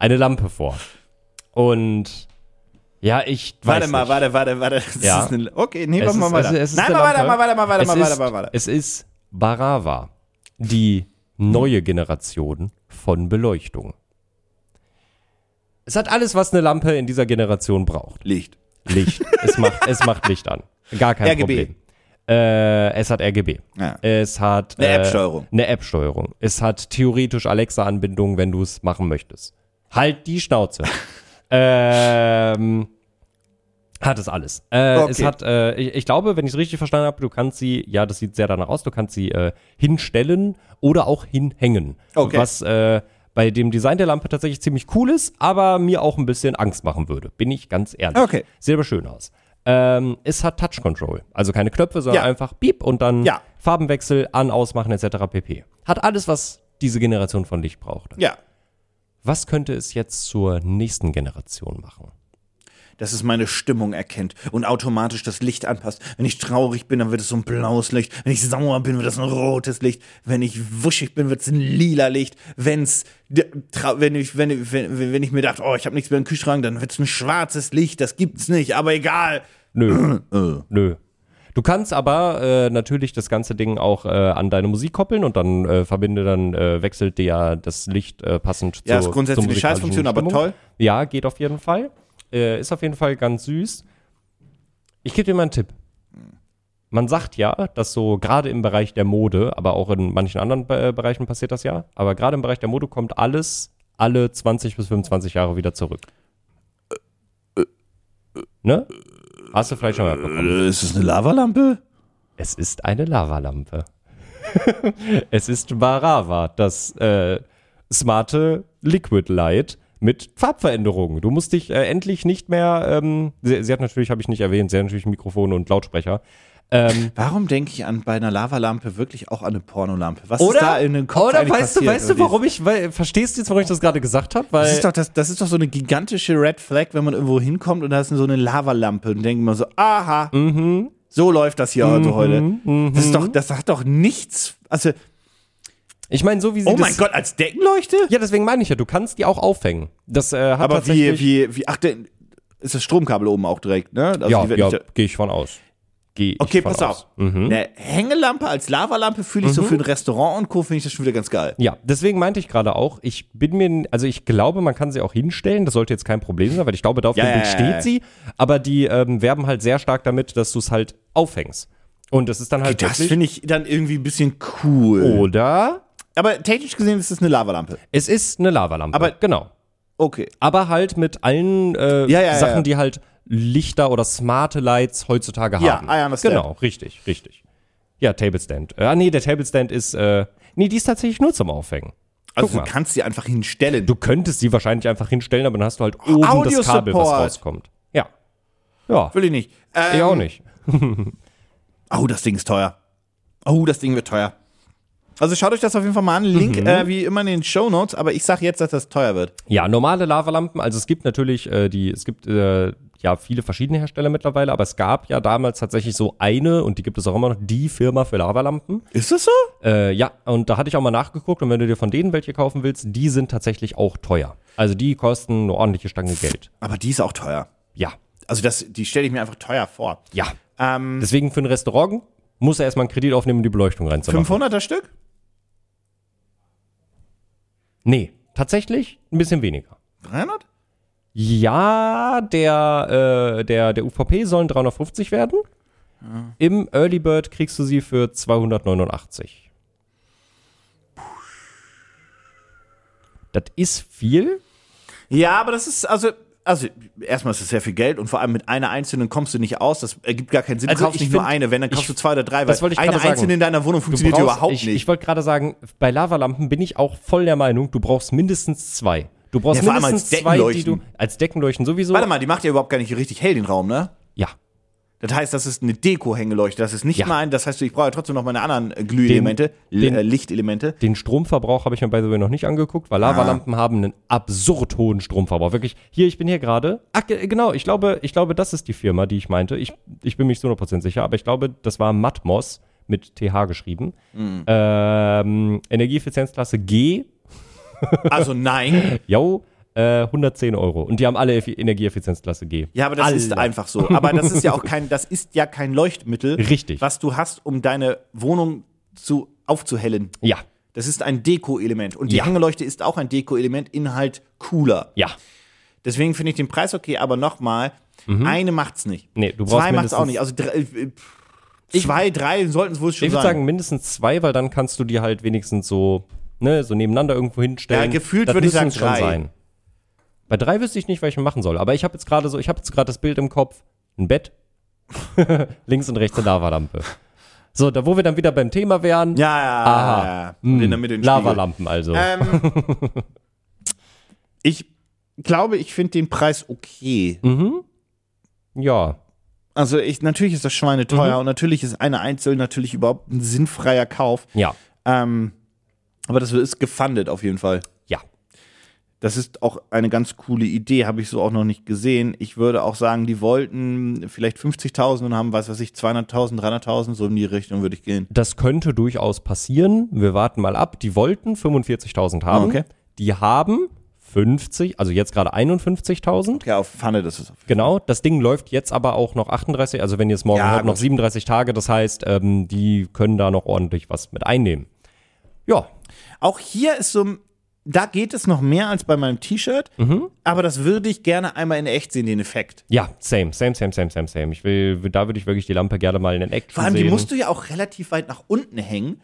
C: eine Lampe vor. Und ja, ich weiß
B: Warte
C: nicht.
B: mal, warte, warte, warte. Das
C: Ja.
B: ist eine, okay, nehmen wir
C: Es
B: mal
C: ist-
B: weiter.
C: es ist- es ist
B: Nein,
C: eine
B: mal weiter,
C: Lampe.
B: mal weiter, mal weiter,
C: es
B: mal
C: ist,
B: weiter, mal weiter.
C: Es ist Barava, die neue Generation von Beleuchtung. Es hat alles, was eine Lampe in dieser Generation braucht.
B: Licht.
C: Licht. es, macht, es macht Licht an. Gar kein
B: RGB.
C: Problem. Äh, es hat RGB.
B: Ja.
C: Es hat
B: Eine
C: äh,
B: App-Steuerung.
C: Eine App-Steuerung. Es hat theoretisch Alexa-Anbindung, wenn du es machen möchtest. Halt die Schnauze. ähm, hat es alles. Äh,
B: Okay.
C: Es hat, äh, ich, ich glaube, wenn ich es richtig verstanden habe, du kannst sie, ja, das sieht sehr danach aus, du kannst sie äh, hinstellen oder auch hinhängen.
B: Okay.
C: Was äh, bei dem Design der Lampe tatsächlich ziemlich cool ist, aber mir auch ein bisschen Angst machen würde. Bin ich ganz ehrlich.
B: Okay.
C: Sieht aber schön aus. Ähm, es hat Touch Control. Also keine Knöpfe, sondern
B: Ja.
C: einfach piep und dann
B: Ja.
C: Farbenwechsel, an, ausmachen etc. pp. Hat alles, was diese Generation von Licht brauchte.
B: Ja.
C: Was könnte es jetzt zur nächsten Generation machen?
B: dass es meine Stimmung erkennt und automatisch das Licht anpasst. Wenn ich traurig bin, dann wird es so ein blaues Licht. Wenn ich sauer bin, wird es ein rotes Licht. Wenn ich wuschig bin, wird es ein lila Licht. Wenn's, d- trau- wenn, ich, wenn, wenn, wenn ich mir dachte, oh, ich habe nichts mehr im Kühlschrank, dann wird es ein schwarzes Licht. Das gibt's nicht, aber egal.
C: Nö.
B: Äh.
C: Nö. Du kannst aber äh, natürlich das ganze Ding auch äh, an deine Musik koppeln und dann äh, verbinde, dann äh, wechselt dir ja das Licht äh, passend
B: Ja,
C: zur,
B: ist grundsätzlich
C: zur
B: eine
C: musikalischen
B: Scheißfunktion, aber
C: Stimmung.
B: toll.
C: Ja, geht auf jeden Fall. Äh, ist auf jeden Fall ganz süß. Ich gebe dir mal einen Tipp. Man sagt ja, dass so gerade im Bereich der Mode, aber auch in manchen anderen äh, Bereichen passiert das ja, aber gerade im Bereich der Mode kommt alles alle 20 bis 25 Jahre wieder zurück.
B: Äh,
C: Ne? Hast du vielleicht schon mal bekommen?
B: Ist es eine Lavalampe?
C: Es ist eine Lavalampe. es ist Barava, das äh, smarte Liquid Light mit Farbveränderungen. Du musst dich äh, endlich nicht mehr. Ähm, sie, sie hat natürlich, habe ich nicht erwähnt, sie hat natürlich Mikrofone und Lautsprecher. Ähm,
B: Warum denke ich an bei einer Lavalampe wirklich auch an eine Pornolampe? Was
C: oder
B: ist da in den Kopf
C: oder
B: eigentlich
C: weißt du,
B: passiert?
C: weißt du,
B: Irgendwie-
C: warum ich, weil, verstehst du jetzt, warum ich das gerade gesagt habe?
B: Das
C: Weil
B: ist, doch, das, das ist doch so eine gigantische Red Flag, wenn man irgendwo hinkommt und da ist so eine Lavalampe und denkt man so, aha,
C: Mhm.
B: so läuft das hier also heute. Das, ist doch, das hat doch nichts. Also,
C: ich meine, so wie sie
B: oh
C: das,
B: mein Gott, als Deckenleuchte?
C: Ja, deswegen meine ich ja, du kannst die auch aufhängen. Das äh, hat
B: Aber wie,
C: tatsächlich,
B: wie, wie, ach, denn, ist das Stromkabel oben auch direkt, ne? Also
C: ja,
B: die wird
C: ja,
B: nicht da-
C: gehe ich von aus. Geh ich
B: okay,
C: von
B: pass
C: aus. Mhm.
B: auf. Eine Hängelampe als Lavalampe fühle ich so für ein Restaurant und Co. finde ich das schon wieder ganz geil.
C: Ja, deswegen meinte ich gerade auch, ich bin mir, also ich glaube, man kann sie auch hinstellen, das sollte jetzt kein Problem sein, weil ich glaube, da auf
B: Ja,
C: dem Bild
B: ja,
C: steht
B: ja, ja.
C: sie, aber die ähm, werben halt sehr stark damit, dass du es halt aufhängst. Und das ist dann halt
B: Das
C: wirklich, Oh.
B: finde ich dann irgendwie ein bisschen cool.
C: oder?
B: Aber technisch gesehen ist es eine Lavalampe.
C: Es ist eine Lavalampe.
B: Aber-
C: genau.
B: Okay.
C: Aber halt mit allen äh,
B: Ja, ja, ja,
C: Sachen,
B: ja.
C: die halt Lichter oder smarte Lights heutzutage
B: Ja,
C: haben.
B: I understand.
C: Genau, richtig, richtig. Ja, Tablestand. Ah, nee, der Tablestand ist, äh, nee, die ist tatsächlich nur zum Aufhängen. Guck
B: Also
C: mal.
B: du kannst sie einfach hinstellen.
C: Du könntest sie wahrscheinlich einfach hinstellen, aber dann hast du halt oben das Kabel, was
B: Audio-Support.
C: rauskommt. Ja. Ja.
B: Will ich nicht. Ähm,
C: Ich auch nicht.
B: Oh, das Ding ist teuer. Oh, das Ding wird teuer. Also schaut euch das auf jeden Fall mal an. Link äh, wie immer in den Show Notes, aber ich sag jetzt, dass das teuer wird.
C: Ja, normale Lavalampen, also es gibt natürlich äh, die, es gibt äh, ja viele verschiedene Hersteller mittlerweile, aber es gab ja damals tatsächlich so eine, und die gibt es auch immer noch, die Firma für Lavalampen.
B: Ist das so?
C: Äh, ja, und da hatte ich auch mal nachgeguckt und wenn du dir von denen welche kaufen willst, die sind tatsächlich auch teuer. Also die kosten eine ordentliche Stange Geld.
B: Aber die ist auch teuer.
C: Ja,
B: Also das, die stelle ich mir einfach teuer vor.
C: ja.
B: Ähm,
C: Deswegen für ein Restaurant muss er erstmal einen Kredit aufnehmen, um die Beleuchtung reinzumachen.
B: 500er Stück?
C: Nee, tatsächlich ein bisschen weniger.
B: 300?
C: Ja, der, äh, der, der UVP sollen 350 werden. Im Early Bird kriegst du sie für 289. Das ist viel.
B: Ja, aber das ist also also erstmal ist es sehr viel Geld und vor allem mit einer einzelnen kommst du nicht aus. Das ergibt gar keinen Sinn.
C: Also
B: du kaufst
C: ich
B: nicht nur
C: find-
B: eine, wenn dann kaufst du zwei oder drei, weil
C: das wollte ich
B: eine
C: gerade sagen.
B: einzelne in deiner Wohnung
C: Du
B: funktioniert ja
C: brauchst-
B: überhaupt
C: ich,
B: nicht.
C: Ich wollte gerade sagen, bei Lavalampen bin ich auch voll der Meinung, du brauchst mindestens zwei. Du brauchst
B: Ja, vor allem als
C: mindestens zwei, die du
B: Deckenleuchten.
C: als Deckenleuchten sowieso.
B: Warte mal, die macht ja überhaupt gar nicht richtig hell den Raum, ne?
C: Ja,
B: Das heißt, das ist eine Deko-Hängeleuchte. Das ist nicht
C: Ja.
B: mal ein, das heißt, ich brauche ja trotzdem noch meine anderen äh, Glühelemente,
C: den-
B: L- äh, Lichtelemente.
C: Den Stromverbrauch habe ich mir by the way noch nicht angeguckt, weil Lavalampen haben einen absurd hohen Stromverbrauch. Wirklich, hier, ich bin hier gerade. Ach, ge- genau, ich glaube, ich glaube, das ist die Firma, die ich meinte. Ich, ich bin mir nicht zu 100% sicher, aber ich glaube, das war Matmos mit TH geschrieben. Ähm, Energieeffizienzklasse G,
B: Also nein.
C: yo, äh, 110 Euro. Und die haben alle Effi- Energieeffizienzklasse G.
B: Ja, aber das
C: alle.
B: ist einfach so. Aber das ist ja auch kein, das ist ja kein Leuchtmittel,
C: Richtig.
B: was du hast, um deine Wohnung zu aufzuhellen.
C: Ja,
B: Das ist ein Deko-Element. Und die
C: Ja.
B: Hängeleuchte ist auch ein Deko-Element, Inhalt cooler.
C: ja.
B: Deswegen finde ich den Preis okay, aber nochmal, eine macht's nicht.
C: Mhm. Nee, du brauchst
B: Zwei macht's auch
C: mindestens-
B: nicht. Also drei, äh, zwei, drei sollten es wohl schon
C: Ich würde
B: sein.
C: sagen, mindestens zwei, weil dann kannst du die halt wenigstens so, ne, so nebeneinander irgendwo hinstellen.
B: Ja, gefühlt
C: Das
B: würde ich
C: müssen
B: sagen
C: es
B: drei.
C: Bei drei wüsste ich nicht, was ich machen soll. Aber ich habe jetzt gerade so, ich habe jetzt gerade das Bild im Kopf. Ein Bett, links und rechts eine Lavalampe. So, da wo wir dann wieder beim Thema wären.
B: ja, ja,
C: Aha. Mhm.
B: ja, ja. Und in der Mitte den Spiegel.
C: Lavalampen also.
B: Ähm, ich glaube, ich finde den Preis okay.
C: Ja.
B: Also ich, natürlich ist das Schweine teuer und natürlich ist eine Einzel natürlich überhaupt ein sinnfreier Kauf.
C: Ja.
B: Ähm, aber das ist gefundet auf jeden Fall.
C: Ja.
B: Das ist auch eine ganz coole Idee, habe ich so auch noch nicht gesehen. Ich würde auch sagen, die wollten vielleicht 50.000 und haben, was weiß ich, 200.000, 300.000, so in die Richtung würde ich gehen.
C: Das könnte durchaus passieren. Wir warten mal ab. Die wollten 45.000 haben.
B: Ah, okay.
C: Die haben 50, also jetzt gerade 51.000.
B: Ja, auf Pfanne, das ist auf
C: Genau, das Ding läuft jetzt aber auch noch 38, also wenn ihr es morgen
B: Ja,
C: hört, noch
B: gut.
C: 37 Tage. Das heißt, ähm, die können da noch ordentlich was mit einnehmen. Ja,
B: Auch hier ist so, ein- da geht es noch mehr als bei meinem T-Shirt, aber das würde ich gerne einmal in echt sehen, den Effekt.
C: ja, same, same, same, same, same, same. Ich will, da würde ich wirklich die Lampe gerne mal in den Action
B: Vor allem,
C: sehen. Mhm.
B: die musst du ja auch relativ weit nach unten hängen,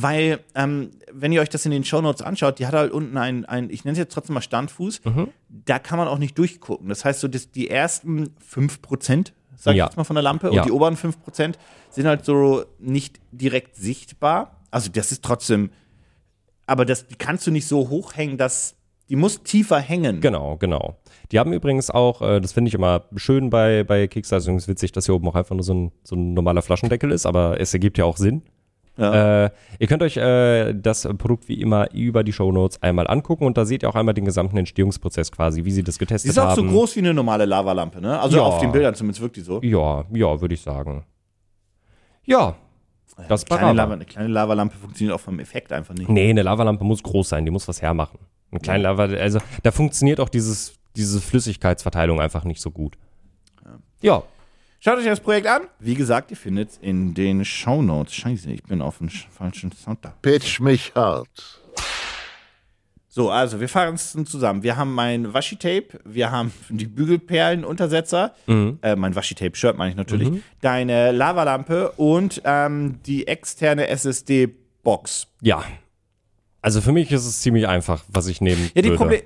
B: weil, ähm, wenn ihr euch das in den Shownotes anschaut, die hat halt unten einen, einen ich nenne es jetzt trotzdem mal Standfuß,
C: Mhm.
B: da kann man auch nicht durchgucken. Das heißt, so das, die ersten 5%, sag
C: Ja.
B: ich jetzt mal von der Lampe,
C: Ja.
B: und die oberen 5% sind halt so nicht direkt sichtbar. Also das ist trotzdem, aber das die kannst du nicht so hochhängen, dass, die muss tiefer hängen.
C: Genau, genau. Die haben übrigens auch, äh, das finde ich immer schön bei, bei Kickstarter, ist übrigens witzig, dass hier oben auch einfach nur so ein, so ein normaler Flaschendeckel ist, aber es ergibt ja auch Sinn. Äh, ihr könnt euch äh, das Produkt wie immer über die Shownotes einmal angucken und da seht ihr auch einmal den gesamten Entstehungsprozess quasi, wie sie das
B: Die
C: getestet
B: ist auch so
C: haben.
B: groß wie eine normale Lavalampe, ne? Also
C: Ja.
B: auf den Bildern zumindest wirkt die so.
C: Ja, ja, würde ich sagen. Ja, das
B: Kleine, Lava,
C: Parabel.
B: eine kleine Lavalampe funktioniert auch vom Effekt einfach nicht.
C: Nee, eine Lavalampe muss groß sein, die muss was hermachen. Eine kleine Lava, also da funktioniert auch dieses, diese Flüssigkeitsverteilung einfach nicht so gut. Ja,
B: Schaut euch das Projekt an. Wie gesagt, ihr findet es in den Shownotes. Scheiße, ich bin auf dem sch- falschen Sound da.
A: Pitch mich hart.
B: So, also wir fahren es zusammen. Wir haben mein Washi-Tape, wir haben die Bügelperlenuntersetzer, äh, mein Washi-Tape-Shirt meine ich natürlich, deine Lavalampe und ähm, die externe SSD-Box.
C: ja. Also für mich ist es ziemlich einfach, was ich nehmen
B: Ja, die
C: würde.
B: Proble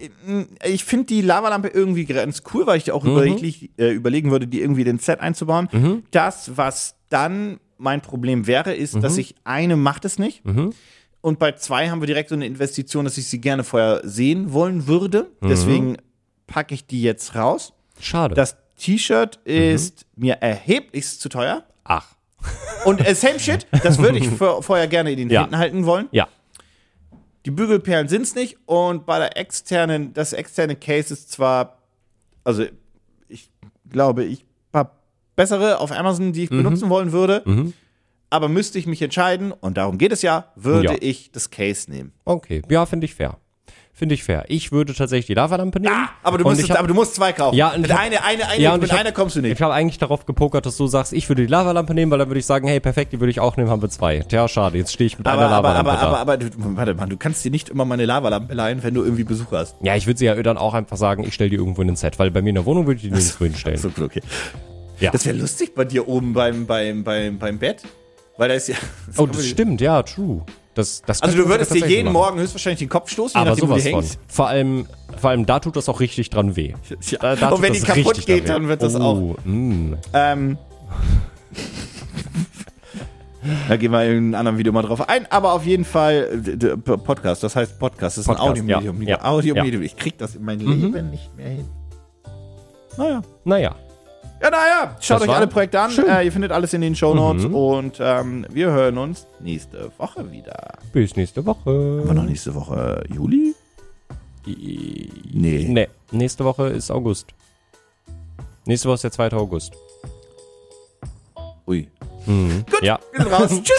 B: ich finde die Lavalampe irgendwie ganz cool, weil ich die auch überleglich, äh, überlegen würde, die irgendwie in den Set einzubauen. Das, was dann mein Problem wäre, ist, dass ich eine macht es nicht. Und bei zwei haben wir direkt so eine Investition, dass ich sie gerne vorher sehen wollen würde. Deswegen packe ich die jetzt raus.
C: Schade.
B: Das T-Shirt ist mir erheblichst zu teuer.
C: Ach,
B: Und äh, same shit, das würde ich vor- vorher gerne in den
C: Ja.
B: Händen halten wollen.
C: ja.
B: Die Bügelperlen sind es nicht und bei der externen, das externe Case ist zwar, also ich glaube, ich habe bessere auf Amazon, die ich
C: Mhm.
B: benutzen wollen würde, aber müsste ich mich entscheiden, und darum geht es ja, würde
C: Ja.
B: ich das Case nehmen.
C: Okay. Ja, finde ich fair. Finde ich fair. Ich würde tatsächlich die Lavalampe nehmen.
B: Ah, Aber du,
C: Und
B: musstest,
C: ich hab-
B: aber du musst zwei kaufen.
C: Ja, und
B: mit
C: ich hab-
B: einer, eine, eine,
C: Ja, und
B: mit
C: ich hab-
B: einer kommst du nicht.
C: Ich habe eigentlich darauf gepokert, dass du sagst, ich würde die Lavalampe nehmen, weil dann würde ich sagen, hey, perfekt, die würde ich auch nehmen, haben wir zwei. Tja, schade, jetzt stehe ich mit
B: Aber,
C: einer
B: aber,
C: Lavalampe
B: aber,
C: da.
B: aber, aber, du, warte mal, du kannst dir nicht immer meine Lavalampe leihen, wenn du irgendwie Besuch hast.
C: ja, ich würde sie ja dann auch einfach sagen, ich stelle die irgendwo in den Set, weil bei mir in der Wohnung würde ich die nirgendwo hinstellen.
B: So, gut, okay.
C: Ja.
B: Das wäre lustig bei dir oben beim, beim, beim, beim Bett. Weil da ist ja.
C: oh, das stimmt, ja, true. Das, das
B: Also
C: könnte
B: du
C: man
B: würdest dir
C: tatsächlich
B: jeden
C: machen.
B: Morgen höchstwahrscheinlich den Kopf stoßen,
C: aber
B: je nachdem, wo du
C: sowas von.
B: hängst.
C: Vor allem, vor allem da tut das auch richtig dran weh.
B: Tja.
C: Da, da
B: Und
C: tut
B: wenn die
C: das
B: kaputt
C: richtig
B: geht,
C: dran weh.
B: dann wird das
C: oh, mm.
B: Ähm, da gehen wir in einem anderen Video mal drauf ein. Aber auf jeden Fall d- d- P- Podcast. Das heißt Podcast. Das ist ein
C: Podcast,
B: Audiomedium.
C: ja, ja,
B: Audiomedium. Ich krieg das in mein Leben nicht mehr hin. Mhm. Naja.
C: Naja.
B: Ja, naja. Schaut
C: Das
B: euch
C: war
B: alle Projekte an. Äh, ihr findet alles in den Shownotes. Und ähm, wir hören uns nächste Woche wieder.
C: Bis nächste
B: Aber
C: Woche.
B: noch nächste Woche Juli? Nee.
C: Nee, nächste Woche ist August. Nächste Woche ist der 2. August.
B: Ui.
C: Ja.
B: Wir sind raus. Tschüss.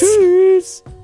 C: Tschüss.